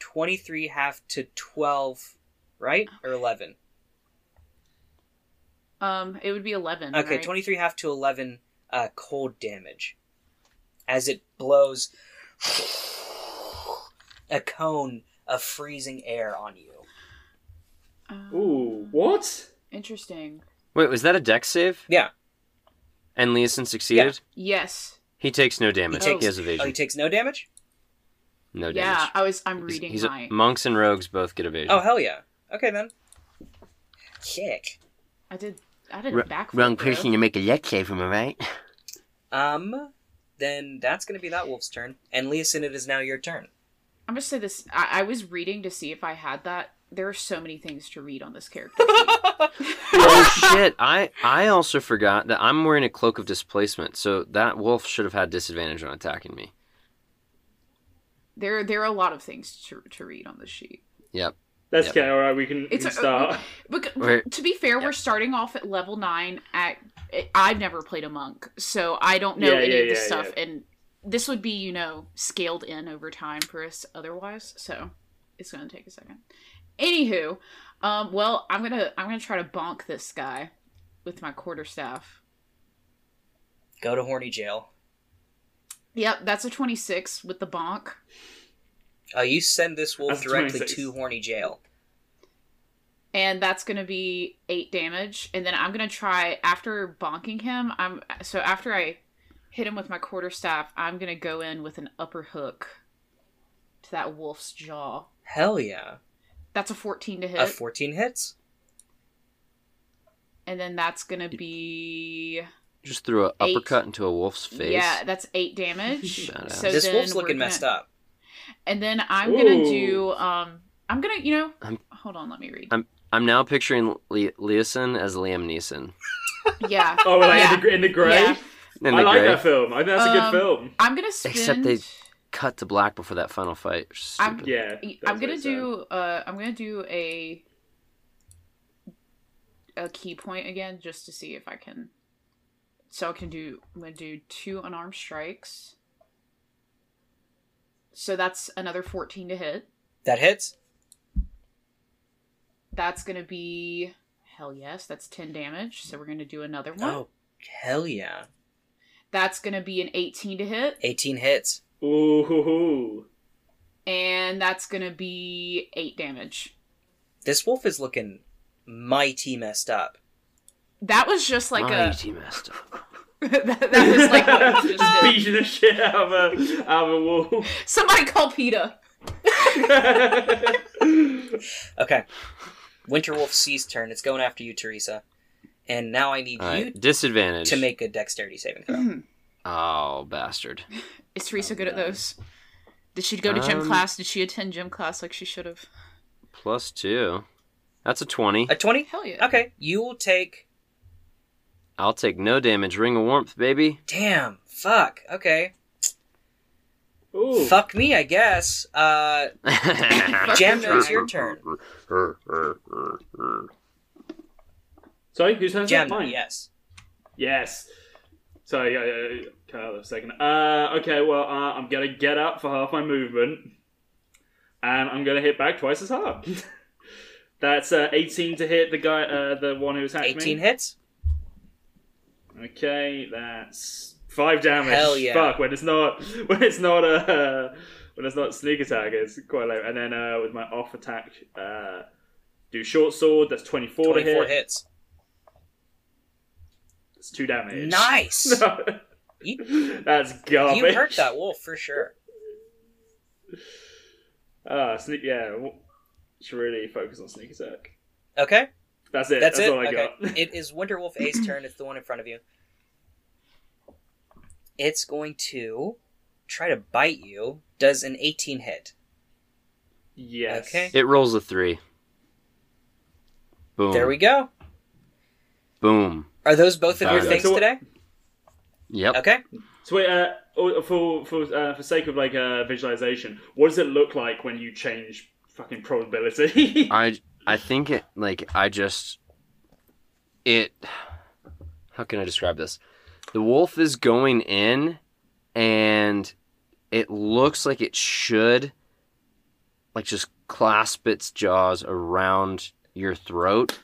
B: twenty three half to twelve, right or eleven?
D: Um, it would be eleven.
B: Okay,
D: right?
B: 23 half to 11 uh, cold damage. As it blows a cone of freezing air on you.
D: Um,
E: Ooh, what?
D: Interesting.
C: Wait, was that a dex save?
B: Yeah.
C: And Leeson succeeded.
D: Yes.
C: He takes no damage. He,
B: takes-
C: has evasion.
B: Oh, he takes no damage?
C: no
D: yeah,
C: damage.
D: I was. I'm
C: Oh, He's-
D: reading
C: he's a-
D: my.
C: monks and rogues both get evasion.
B: Oh, hell yeah. Okay, then. Sick.
D: I did. I did
C: Wr-
D: a backflip. bro.
C: to make a dex save from, right?
B: Um, then that's going to be that wolf's turn. And Leosin, it is now your turn.
D: I'm gonna say this. I, I was reading to see if I had that. There are so many things to read on this character. sheet.
C: oh shit! I I also forgot that I'm wearing a cloak of displacement, so that wolf should have had disadvantage on attacking me.
D: there, there are a lot of things to, to read on this sheet.
C: Yep.
E: That's
C: Yep.
E: okay. All right, we can, we
D: It's
E: can
D: a-
E: start.
D: But
C: Wait.
D: to be fair, we're starting off at level nine. At I've never played a monk, so I don't know
E: Yeah,
D: any
E: yeah,
D: of this
E: yeah,
D: stuff. And this would be, you know, scaled in over time for us otherwise. So it's gonna take a second. Anywho, um, well, I'm gonna I'm gonna try to bonk this guy with my quarterstaff.
B: Go to horny jail.
D: Yep, that's a 26 with the bonk.
B: Uh, you send this wolf
E: That's
B: directly
E: 26.
B: to horny jail.
D: and that's gonna be eight damage and then i'm gonna try after bonking him i'm so after i hit him with my quarterstaff i'm gonna go in with an upper hook to that wolf's jaw
B: Hell yeah.
D: that's a 14 to hit
B: A 14 hits?
D: and then that's gonna be
C: Just threw an
D: Eight.
C: uppercut into a wolf's face.
D: yeah that's eight damage
C: Shout out.
D: so
B: this
D: then
B: wolf's
D: we're
B: looking
D: gonna-
B: messed up.
D: and then i'm gonna
E: Ooh.
D: do um i'm gonna you know
C: I'm-
D: hold on let me read
C: I'm I'm now picturing Le- Leeson as Liam Neeson
D: yeah
E: Oh, like
D: yeah.
E: in, the, in the gray?
D: Yeah.
C: in
E: I
C: the
E: like
C: grave.
E: that film. I think that's a
D: Um,
E: good film.
D: i'm gonna spend
C: Except they- Cut to black before that final fight.
D: I'm-
C: Stupid.
E: Yeah. that's
D: I'm
E: what
D: gonna
E: it said.
D: do. Uh, I'm gonna do a a key point again, just to see if I can. So I can do. I'm gonna do two unarmed strikes. So that's another fourteen to hit.
B: That hits?
D: That's gonna be hell yes. That's ten damage. So we're gonna do another one.
B: Oh, hell yeah.
D: That's gonna be an eighteen to hit,
B: 18 hits.
E: Ooh, hoo, hoo.
D: and that's gonna be eight damage.
B: This wolf is looking mighty messed up.
D: That was just like a.
C: Mighty messed up.
D: that, that was like what you just did.
E: beating the shit out of a, out of a wolf.
D: Somebody call Peta.
B: Okay. Winterwolf C's turn. It's going after you, Teresa. And now I need
C: All right,
B: you
C: disadvantage.
B: to make a dexterity saving throw.
C: Oh bastard!
D: Is Teresa good at those? Did she go to gym
C: Oh, Um,
D: class? Did she attend gym class like she should have?
C: Plus two. That's a twenty.
B: a 20?
D: Hell yeah.
B: Okay. You will take.
C: I'll take no damage. Ring of warmth, baby.
B: Damn. Fuck. Okay.
E: Ooh.
B: Fuck me, I guess. Uh, Jam, no, it's your turn.
E: Sorry, whose turn is
B: Jam,
E: it? Mine.
B: yes.
E: Yes. Sorry, uh, uh, cut out a second. Uh, okay, well, uh, I'm gonna get up for half my movement, and I'm gonna hit back twice as hard. That's uh, 18 to hit the guy, uh, the one who's hacked
B: 18
E: me.
B: hits?
E: Okay, that's five damage.
B: Hell yeah.
E: Fuck when it's not when it's not uh, when it's not sneak attack, it's quite low. And then uh, with my off attack, uh, do short sword. That's 24,
B: 24
E: to hit.
B: hits.
E: That's two damage.
B: Nice. You,
E: that's garbage.
B: you hurt that wolf for sure.
E: Ah, sneak. Yeah, w- should really focus on sneak attack.
B: Okay.
E: That's it.
B: That's,
E: That's,
B: it.
E: all I
B: okay.
E: got.
B: it is Winterwolf A's turn. It's the one in front of you. It's going to try to bite you. Does an 18 hit?
E: yes.
B: Okay.
C: It rolls a three. Boom. Oh.
B: There we go.
C: Boom.
B: Are those both of your
C: Fine.
B: things
E: So-
B: today?
C: Yep.
B: Okay.
E: So wait, uh, oh, for for uh, for sake of like uh, visualization, what does it look like when you change fucking probability?
C: I I think it like I just it how can I describe this? The wolf is going in and it looks like it should like just clasp its jaws around your throat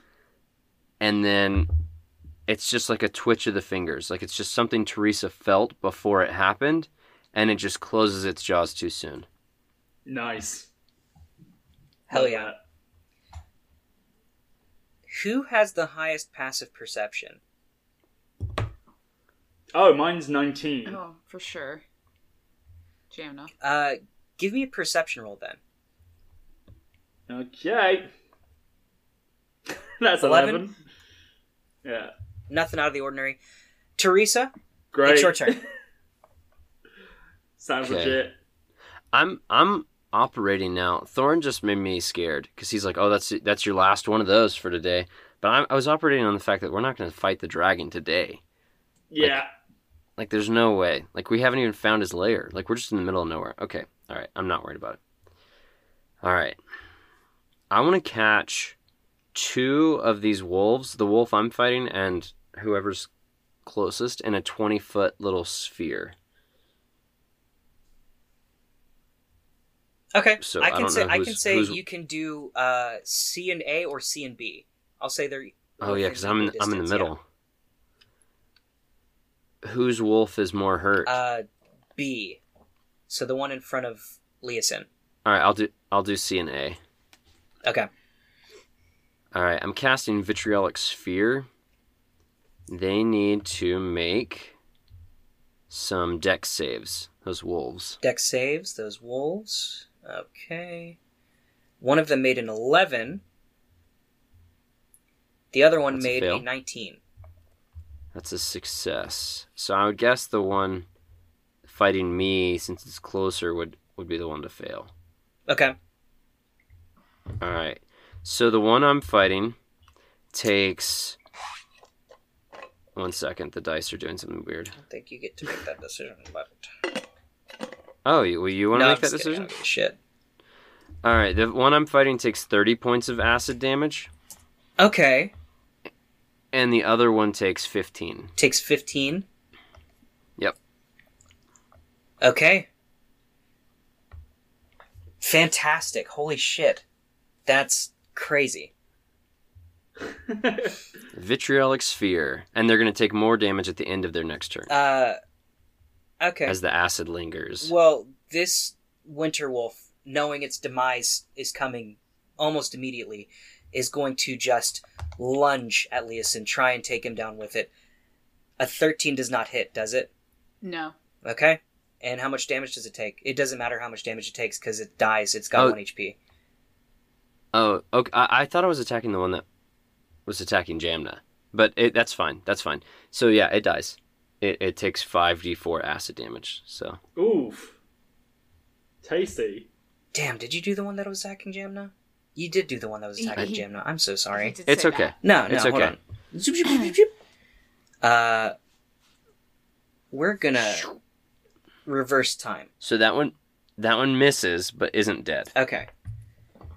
C: and then it's just like a twitch of the fingers. Like it's just something Teresa felt before it happened and it just closes its jaws too soon.
E: nice.
B: Hell yeah. Who has the highest passive perception?
E: Oh, mine's nineteen.
D: Oh, for sure. Jamna.
B: Uh, give me a perception roll then.
E: Okay. That's
B: Eleven?
E: eleven. Yeah.
B: Nothing out of the ordinary. Teresa,
E: Great.
B: it's your turn.
E: Sounds
C: Okay.
E: legit.
C: I'm I'm operating now. Thorin just made me scared because he's like, "Oh, that's that's your last one of those for today." But I, I was operating on the fact that we're not going to fight the dragon today.
E: Yeah.
C: Like, there's no way. Like, we haven't even found his lair. Like, we're just in the middle of nowhere. Okay, all right. I'm not worried about it. All right. I want to catch two of these wolves, the wolf I'm fighting and whoever's closest, in a 20 foot little sphere.
B: Okay,
C: So
B: I
C: I
B: can
C: don't
B: say
C: know
B: I can
C: who's-
B: say
C: who's-
B: you can do uh, C and A or C and B. I'll say they're.
C: Oh yeah,
B: they're
C: because I'm in, I'm in
B: distance,
C: the middle. Whose wolf is more hurt?
B: yeah. Uh, B, so the one in front of Leeson.
C: All right, I'll do I'll do C and A.
B: Okay,
C: All right, I'm casting vitriolic sphere. They need to make some deck saves. Those wolves.
B: Dex saves those wolves. Okay, one of them made an eleven. The other one
C: That's a
B: made
C: fail.
B: a nineteen.
C: That's a success. So I would guess the one fighting me, since it's closer, would would be the one to fail.
B: Okay,
C: All right. So the one I'm fighting takes. One second, the dice are doing something weird.
B: I think you get to make that decision. But
C: Oh, you, well, you want to
B: No, I'm
C: make that
B: just kidding, I
C: decision?
B: don't give a Shit.
C: All right, the one I'm fighting takes 30 points of acid damage,
B: Okay,
C: and the other one takes 15.
B: takes 15.
C: Yep.
B: Okay. Fantastic. Holy shit. That's crazy.
C: Vitriolic sphere, and they're going to take more damage at the end of their next turn
B: Uh okay.
C: as the acid lingers.
B: Well, this winter wolf, knowing its demise is coming almost immediately, is going to just lunge at Leos and try and take him down with it. A 13 does not hit, does it?
D: No.
B: Okay. And how much damage does it take? It doesn't matter how much damage it takes because it dies. It's got
C: Oh.
B: 1 HP.
C: Oh, okay. I, I thought I was attacking the one that was attacking Jamna, but it, that's fine. That's fine. So yeah, it dies. It, it takes five d4 acid damage. So
E: Oof. Tasty.
B: Damn, did you do the one that was attacking Jamna? You did do the one that was
D: He-
B: attacking
D: he-
B: Jamna. I'm so
D: He
B: sorry.
D: did
C: it's
D: say
C: okay.
D: that.
B: No, no,
C: It's
B: hold
C: okay.
B: on. Zoop, zoop, zoop, zoop. Uh, we're gonna reverse time.
C: So that one, that one misses, but isn't dead.
B: Okay.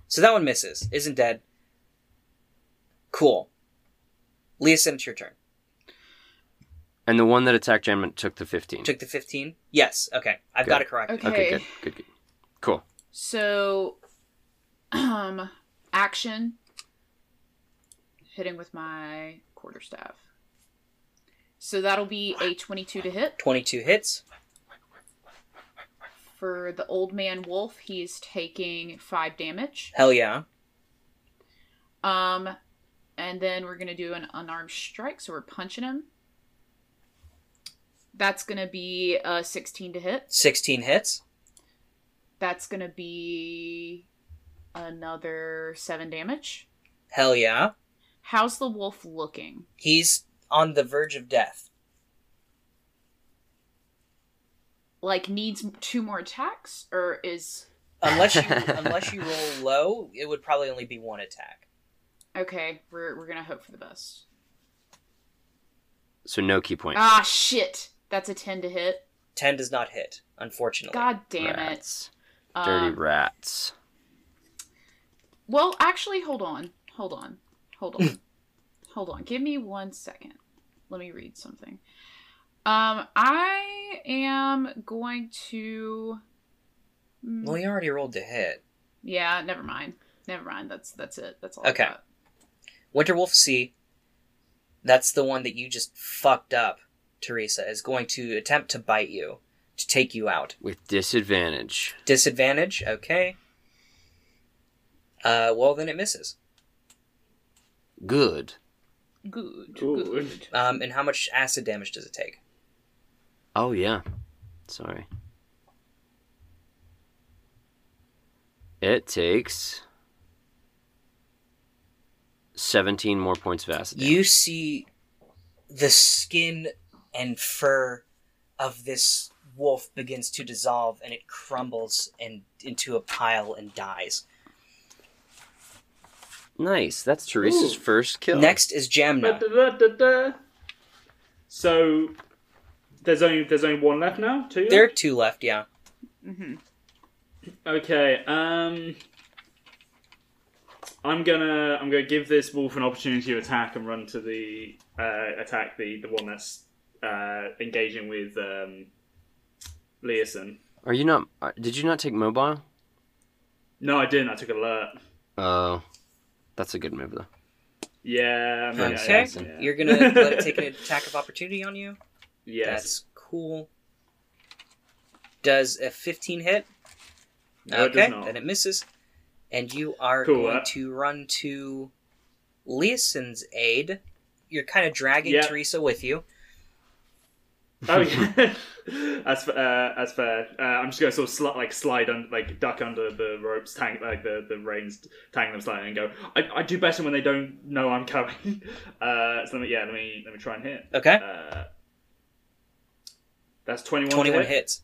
B: So that one misses. Isn't dead. Cool. Leah, send it's your turn.
C: And the one that attacked Jamna took the 15.
B: Took the 15? Yes. Okay. I've got it correct.
D: Okay.
C: okay, good, good, good. Cool.
D: So, um, action. Hitting with my quarterstaff. So that'll be a 22 to hit.
B: 22 hits.
D: For the old man wolf, he is taking 5 damage.
B: Hell yeah.
D: Um, and then we're gonna do an unarmed strike, so we're punching him. That's gonna be a 16 to hit.
B: 16 hits.
D: That's gonna be another seven damage.
B: Hell yeah.
D: How's the wolf looking?
B: He's on the verge of death.
D: Like needs two more attacks, or is
B: Unless you unless you roll low, it would probably only be one attack.
D: okay? We're we're gonna hope for the best.
C: So no key point.
D: Uh-huh. Ah shit! That's a 10 to hit.
B: Ten does not hit, unfortunately.
D: God damn it.
C: rats. Dirty
D: Um,
C: rats.
D: Well, actually, hold on. Hold on. Hold on. hold on. Give me one second. Let me read something. Um, I am going to. Mm,
B: Well, you already rolled to hit.
D: Yeah, never mind. Never mind. That's that's it. That's all.
B: Okay.
D: I got.
B: Winterwolf C. That's the one that you just fucked up. Teresa is going to attempt to bite you, to take you out.
C: With disadvantage.
B: Disadvantage. Okay. Uh, well then it misses.
C: Good.
D: Good.
E: Ooh.
D: Good.
B: Um, and how much acid damage does it take?
C: Oh yeah. Sorry. It takes seventeen more points of acid. damage.
B: You see the skin and fur of this wolf begins to dissolve and it crumbles and into a pile and dies.
C: Nice. That's Teresa's
E: Ooh.
C: first kill.
B: Next is Jamna.
E: Da-da-da-da-da. So there's only there's only one left now. Two.
B: There are two left, yeah.
E: Okay. Um. I'm gonna I'm gonna give this wolf an opportunity to attack and run to the uh, attack the the one that's uh, engaging with um, Leeson.
C: Are you not? uh, Did you not take mobile?
E: No, I didn't. I took alert.
C: Oh, that's a good move though.
E: Yeah. I mean,
C: Okay.
E: yeah,
B: Okay.
E: yeah.
B: You're gonna let it take an attack of opportunity on you.
E: yes.
B: That's cool. Does a 15 hit?
E: No, it does
B: okay,
E: not.
B: then it misses. And you are
E: Cool,
B: going
E: uh,
B: to run to Leeson's aid. You're kind of dragging
E: Yeah.
B: Teresa with you.
E: Oh yeah, that's fa- uh, that's fair. Uh, I'm just gonna sort of sli- like slide under, like duck under the ropes, tang like the the reins, tang them slightly, and go. I, I do better when they don't know I'm coming. Uh, so let me yeah, let me let me try and hit.
B: Okay,
E: Uh, that's twenty one.
B: 21 hits.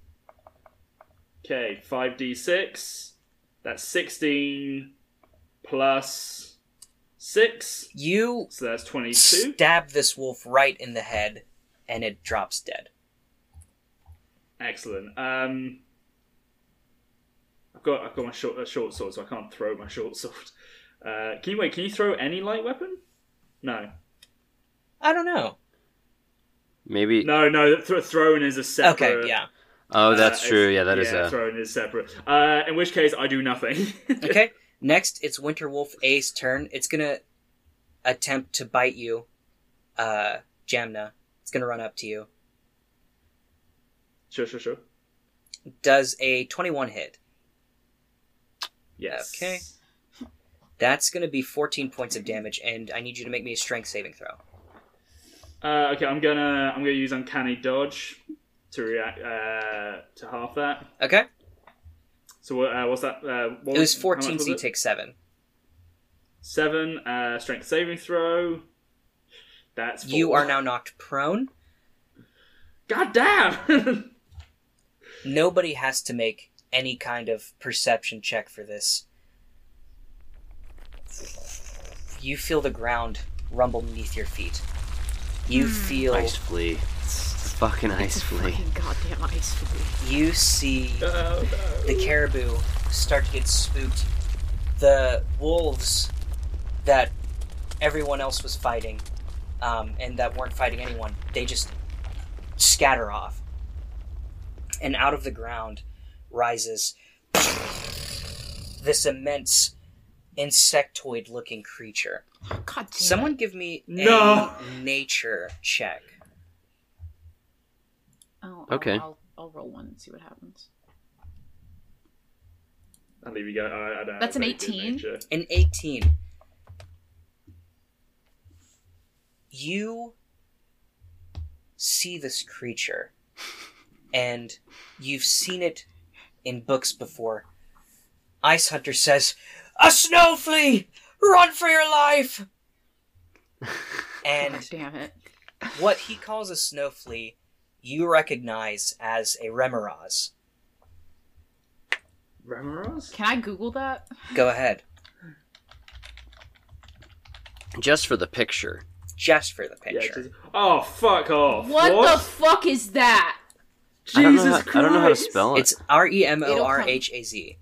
E: Okay, five d six. That's sixteen plus six.
B: You
E: So that's twenty two.
B: stab this wolf right in the head, and it drops dead.
E: Excellent. Um, I've got I've got my short uh, short sword, so I can't throw my short sword. Uh, can you wait? Can you throw any light weapon? No,
B: I don't know.
C: Maybe.
E: no, no. Th- throwing is a separate.
B: Okay, yeah.
C: Oh,
E: uh,
C: that's
E: is-
C: true. Yeah, that
E: yeah,
C: is a.
E: throwing is separate. Uh, in which case, I do nothing.
B: Okay. Next, it's Winterwolf A's turn. It's gonna attempt to bite you, uh, Jamna. It's gonna run up to you.
E: sure, sure, sure.
B: Does a 21 hit?
E: Yes.
B: Okay. That's gonna be 14 points of damage, and I need you to make me a strength saving throw.
E: Uh, okay, I'm gonna I'm gonna use uncanny dodge to react uh, to half that.
B: Okay.
E: So what- uh, what's that? Uh, what
B: It was
E: how much
B: 14,
E: was
B: so you
E: it?
B: take seven.
E: Seven uh, strength saving throw. That's
B: You
E: four.
B: are now knocked prone.
E: God damn!
B: Nobody has to make any kind of perception check for this. You feel the ground rumble beneath your feet. You feel
C: Ice flea. Fucking ice flea.
D: Fucking goddamn ice food.
B: you see the caribou start to get spooked. The wolves that everyone else was fighting, um, and that weren't fighting anyone, they just scatter off. And out of the ground rises this immense insectoid looking creature.
D: God damn. Someone.
B: Someone give me
E: No.
B: a nature check.
D: Oh, I'll-
C: Okay.
D: I'll, I'll roll one and see what happens.
E: I'll leave you go. I, I don't
D: That's
E: have
D: an
E: very good
D: 18?
E: nature.
B: An 18. You see this creature, and you've seen it in books before. Ice Hunter says, A snow flea! Run for your life!
D: God
B: and
D: damn it.
B: what he calls a snow flea, you recognize as a remoraz.
E: Remoras?
D: Can I Google that?
B: Go ahead,
C: Just for the picture.
B: just for the
E: Yeah,
B: picture.
E: just- oh, fuck off.
D: What, the fuck is that?
E: Jesus
C: I don't know. How,
E: Christ.
C: I don't know how to spell it.
B: It's R E M
D: It'll
B: O
D: come.
B: R H A Z.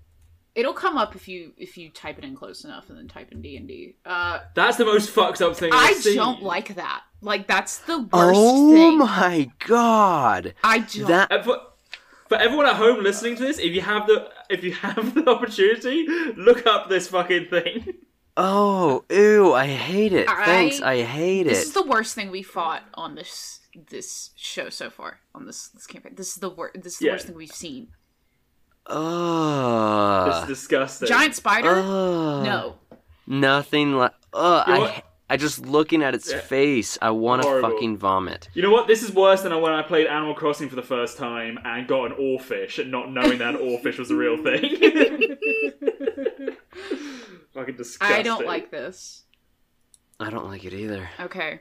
D: It'll come up if you if you type it in close enough and then type in D and D. Uh,
E: That's the most fucked up thing I've
D: I
E: seen.
D: don't like that. Like that's the worst
C: oh
D: thing.
C: my god!
D: I don't.
C: That
E: And for, for everyone at home listening to this, if you have the if you have the opportunity, look up this fucking thing.
C: oh ew! I hate it.
D: I-
C: Thanks, I hate
D: this
C: it.
D: is the worst thing we fought on this this show so far on this this campaign. This is the worst. This is the
E: Yeah.
D: worst thing we've seen.
E: It's
C: Ugh.
E: disgusting.
D: Giant spider?
C: Ugh.
D: no.
C: Nothing like. Ugh.
E: You know
C: I,
E: what?
C: I just looking at its
E: Yeah.
C: face. I want to
E: Horrible.
C: fucking vomit.
E: You know what? This is worse than when I played Animal Crossing for the first time and got an oarfish, and not knowing that an oarfish was a real thing. Fucking disgusting.
D: I don't like this.
C: I don't like it either.
D: Okay.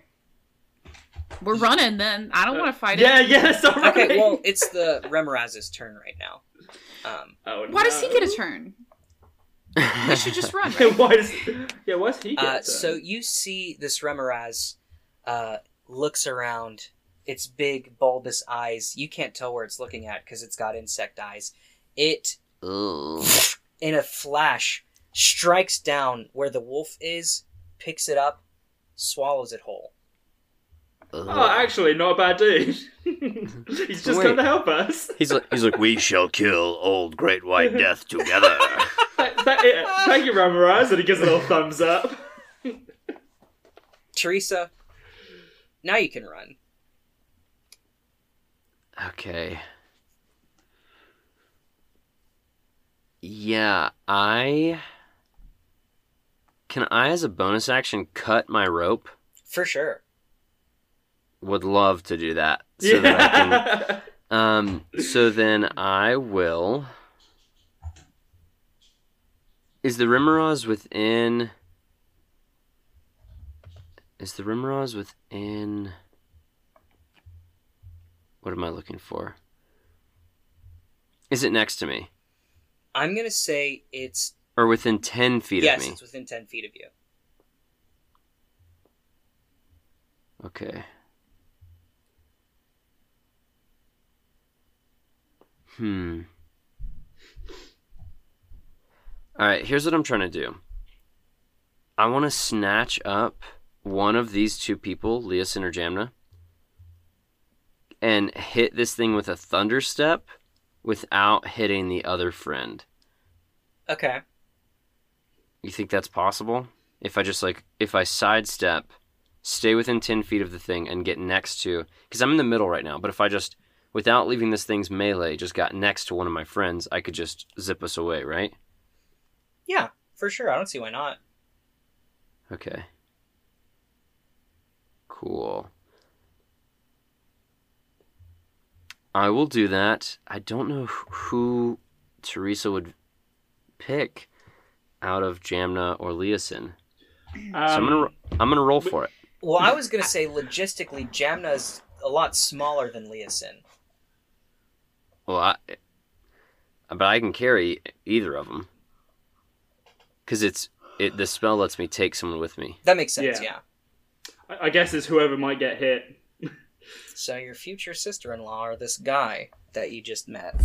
D: We're running then. I don't want to fight
E: Yeah,
D: it.
E: yeah, sorry.
B: Okay, well, it's the Remoraz's turn right now. Um,
E: Oh,
D: Why does he
E: no.
D: get a turn? We should just run.
E: Yeah,
D: Right?
E: why does? Yeah, um, why does he get
B: uh,
E: it?
B: so you see this Remoraz uh, looks around. Its big bulbous eyes. You can't tell where it's looking at because it's got insect eyes. It
C: Ugh.
B: in a flash, strikes down where the wolf is, picks it up, swallows it whole.
E: Oh,
C: Ugh.
E: actually, not a bad dude. He's just
C: Wait.
E: come to help us.
C: He's like, he's like, we shall kill old Great White Death together.
E: Th- th- yeah, Thank you, Ramirez, and he gives a little thumbs up.
B: Teresa, now you can run.
C: okay. Yeah, I. Can I, as a bonus action, cut my rope?
B: For sure.
C: Would love to do that. So that I can
E: yeah.
C: Um, so then I will. Is the Rimmeroz within. Is the Rimmeroz within. What am I looking for? Is it next to me?
B: I'm gonna say it's
C: Or within 10 feet
B: yes,
C: of me?
B: it's within ten feet of you.
C: Okay. Hmm. All right, here's what I'm trying to do. I want to snatch up one of these two people, Leosin or Jamna, and hit this thing with a thunder step without hitting the other friend.
B: Okay.
C: You think that's possible? If I just like, if I sidestep, stay within 10 feet of the thing and get next to, because I'm in the middle right now, but if I just, without leaving this thing's melee, just got next to one of my friends, I could just zip us away, right?
B: Yeah, for sure. I don't see why not.
C: Okay. Cool. I will do that. I don't know wh- who Teresa would pick out of Jamna or Leosin.
E: Um,
C: So I'm gonna, ro- I'm gonna roll for it.
B: Well, I was gonna say logistically, Jamna's a lot smaller than Leosin.
C: Well, I, but I can carry either of them. Cause it's it. The spell lets me take someone with me.
B: That makes sense, yeah.
E: Yeah. I I guess it's whoever might get hit.
B: So your future sister in law or this guy that you just met.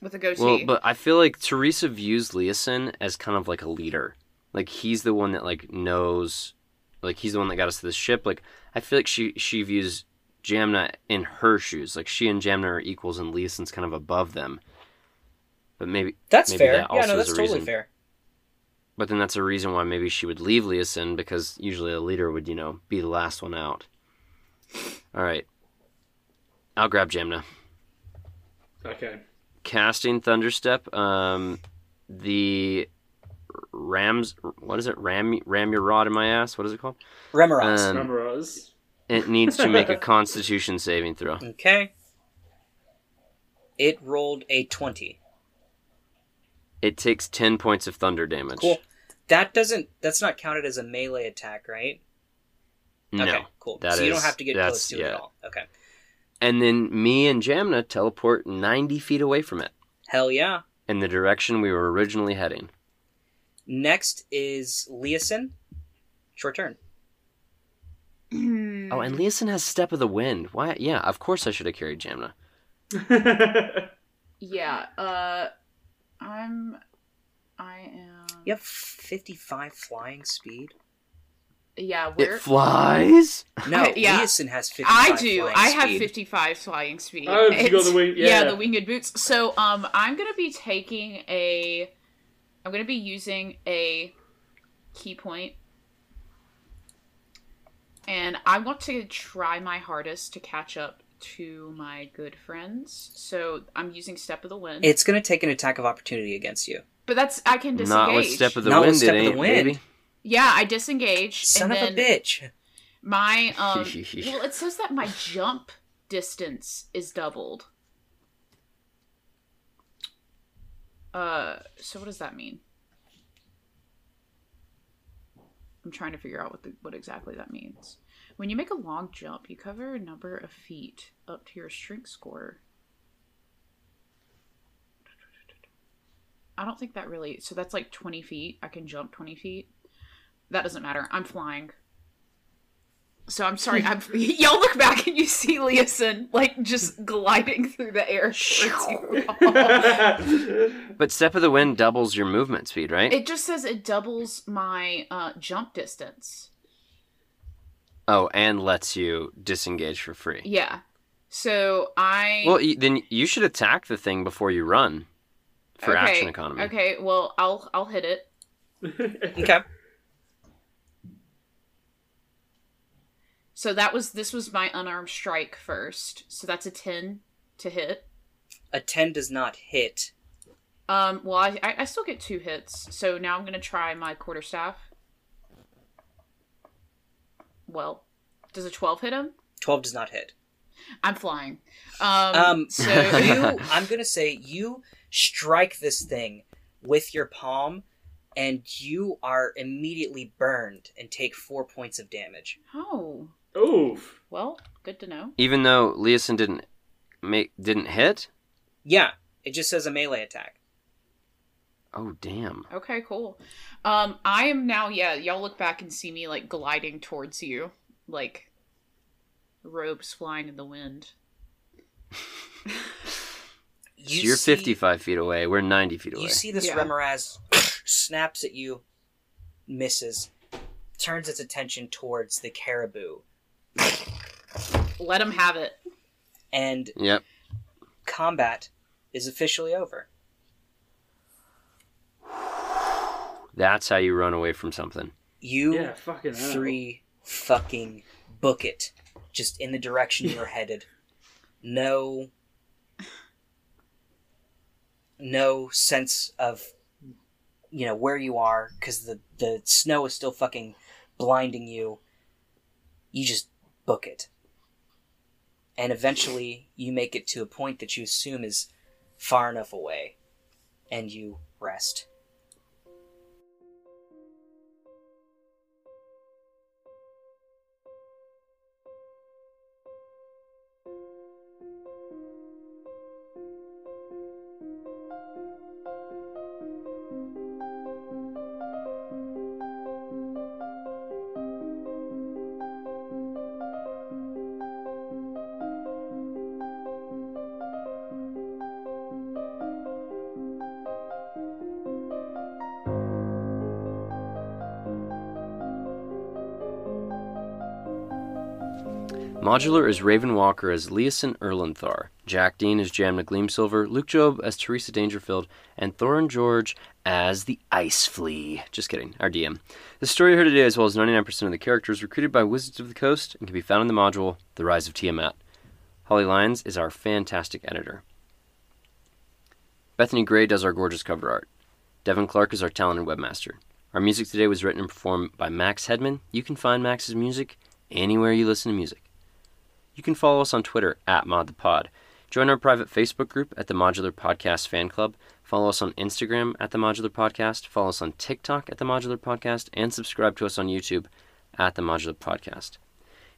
D: With a goatee.
C: Well, but I feel like Teresa views Leeson as kind of like a leader. Like he's the one that like knows, like he's the one that got us to the ship. Like I feel like she she views Jamna in her shoes. Like she and Jamna are equals, and Leeson's kind of above them. But maybe
B: That's
C: Maybe
B: fair.
C: that
B: yeah,
C: also
B: no,
C: is
B: that's
C: a
B: totally
C: reason.
B: fair.
C: But then that's a reason why maybe she would leave Leeson because usually a leader would, you know, be the last one out. All right. I'll grab Jamna.
E: Okay.
C: Casting Thunderstep. Um, the Rams. What is it? Ram. Ram your rod in my ass. What is it called?
B: Remoraz.
C: Um,
E: Remember us.
C: It needs to make a Constitution saving throw.
B: okay. It rolled a twenty.
C: It takes ten points of thunder damage.
B: Cool. That doesn't. That's not counted as a melee attack, right?
C: No.
B: Okay, cool.
C: that
B: so you don't
C: is-
B: have to get close
C: that's-
B: to it
C: yeah.
B: at all. Okay.
C: And then me and Jamna teleport ninety feet away from it
B: Hell yeah.
C: in the direction we were originally heading.
B: Next is Leeson. Short turn.
C: Oh, and Leeson has Step of the Wind. Why? Yeah, of course I should have carried Jamna.
D: Yeah. Uh, I'm. I am.
B: You have 55 flying speed?
D: Yeah. We're.
C: It flies?
B: No,
D: yeah.
B: Leeson has 55
D: I do.
B: flying
D: I have
B: speed.
D: 55 flying speed.
E: Oh, you got
D: It's-
E: the wing- yeah.
D: the winged boots. So, um, I'm gonna be taking a. I'm gonna be using a key point, and I want to try my hardest to catch up to my good friends. So I'm using step of the wind,
B: It's going to take an attack of opportunity against you.
D: but that's I can disengage.
C: Not with Step of the
B: Not with
C: Wind,
B: Step
C: it
B: of the
C: ain't,
B: Wind.
C: baby.
D: yeah, I disengage,
B: Son
D: and
B: of
D: then
B: a bitch.
D: my um. well, it says that my jump distance is doubled. Uh, so what does that mean? I'm trying to figure out what the, what exactly that means. When you make a long jump, you cover a number of feet up to your strength score. I don't think that really. So that's like 20 feet. I can jump 20 feet. That doesn't matter. I'm flying. So I'm sorry. I'm, y'all look back and you see Leeson like just gliding through the air. towards you all.
C: But Step of the Wind doubles your movement speed, right?
D: It just says it doubles my uh, jump distance.
C: oh, and lets you disengage for free.
D: Yeah. So I
C: Well, y- then you should attack the thing before you run for
D: okay,
C: action economy.
D: Okay. Well, I'll I'll hit it.
B: Okay.
D: So that was this was my unarmed strike first. So that's a ten to hit.
B: A 10 does not hit.
D: Um. Well, I I, I still get two hits. So now I'm gonna try my quarterstaff. Well, does a twelve hit him?
B: 12 does not hit.
D: I'm flying. Um.
B: Um,
D: so
B: you, I'm gonna say you strike this thing with your palm, and you are immediately burned and take four points of damage.
D: oh
E: Oof.
D: well, good to know.
C: Even though Leeson didn't make didn't hit.
B: Yeah, it just says a melee attack.
C: Oh damn!
D: Okay, cool. Um, I am now. Yeah, y'all look back and see me like gliding towards you, like robes flying in the wind.
B: You
C: so you're
B: see-
C: 55 feet away. We're 90 feet away.
B: You see this
D: Yeah.
B: Remoraz snaps at you, misses, turns its attention towards the caribou,
D: Let him have it.
B: and
C: Yep.
B: combat is officially over.
C: That's how you run away from something.
B: You
E: Yeah, fucking hell.
B: three fucking book it just in the direction you're headed no no sense of you know where you are because the the snow is still fucking blinding you you just book it and eventually you make it to a point that you assume is far enough away and you rest
C: Modular is Raven Walker as Leeson Erlenthar, Jack Dean as Jamna Gleamsilver, Luke Job as Teresa Dangerfield, and Thorin George as the Ice Flea. Just kidding, our DM. The story you heard today, as well as 99% of the characters, were created by Wizards of the Coast and can be found in the module The Rise of Tiamat. Holly Lyons is our fantastic editor. Bethany Gray does our gorgeous cover art. Devin Clark is our talented webmaster. Our music today was written and performed by Max Hedman. You can find Max's music anywhere you listen to music. You can follow us on Twitter at ModThePod. Join our private Facebook group at the Modular Podcast Fan Club. Follow us on Instagram at the Modular Podcast. Follow us on TikTok at the Modular Podcast. And subscribe to us on YouTube at the Modular Podcast.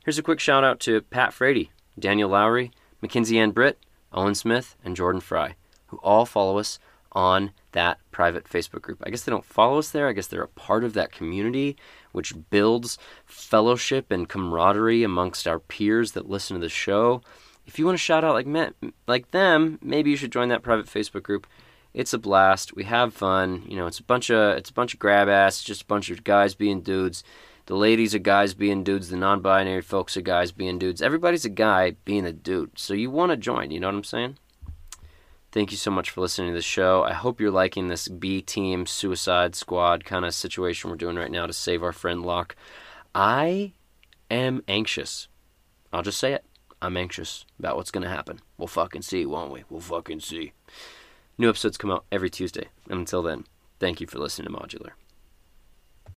C: Here's a quick shout out to Pat Frady, Daniel Lowry, Mackenzie Ann Britt, Owen Smith, and Jordan Fry, who all follow us on that private Facebook group. I guess they don't follow us there. I guess they're a part of that community, which builds fellowship and camaraderie amongst our peers that listen to the show. If you want to shout out like me- like them, maybe you should join that private Facebook group. It's a blast. We have fun. You know, it's a bunch of it's a bunch of grab ass, just a bunch of guys being dudes. The ladies are guys being dudes. The non-binary folks are guys being dudes. Everybody's a guy being a dude. So you want to join? You know what I'm saying? Thank you so much for listening to the show. I hope you're liking this B team suicide squad kind of situation we're doing right now to save our friend Locke. I am anxious. I'll just say it. I'm anxious about what's going to happen. We'll fucking see, won't we? We'll fucking see. New episodes come out every Tuesday. And until then, thank you for listening to Modular.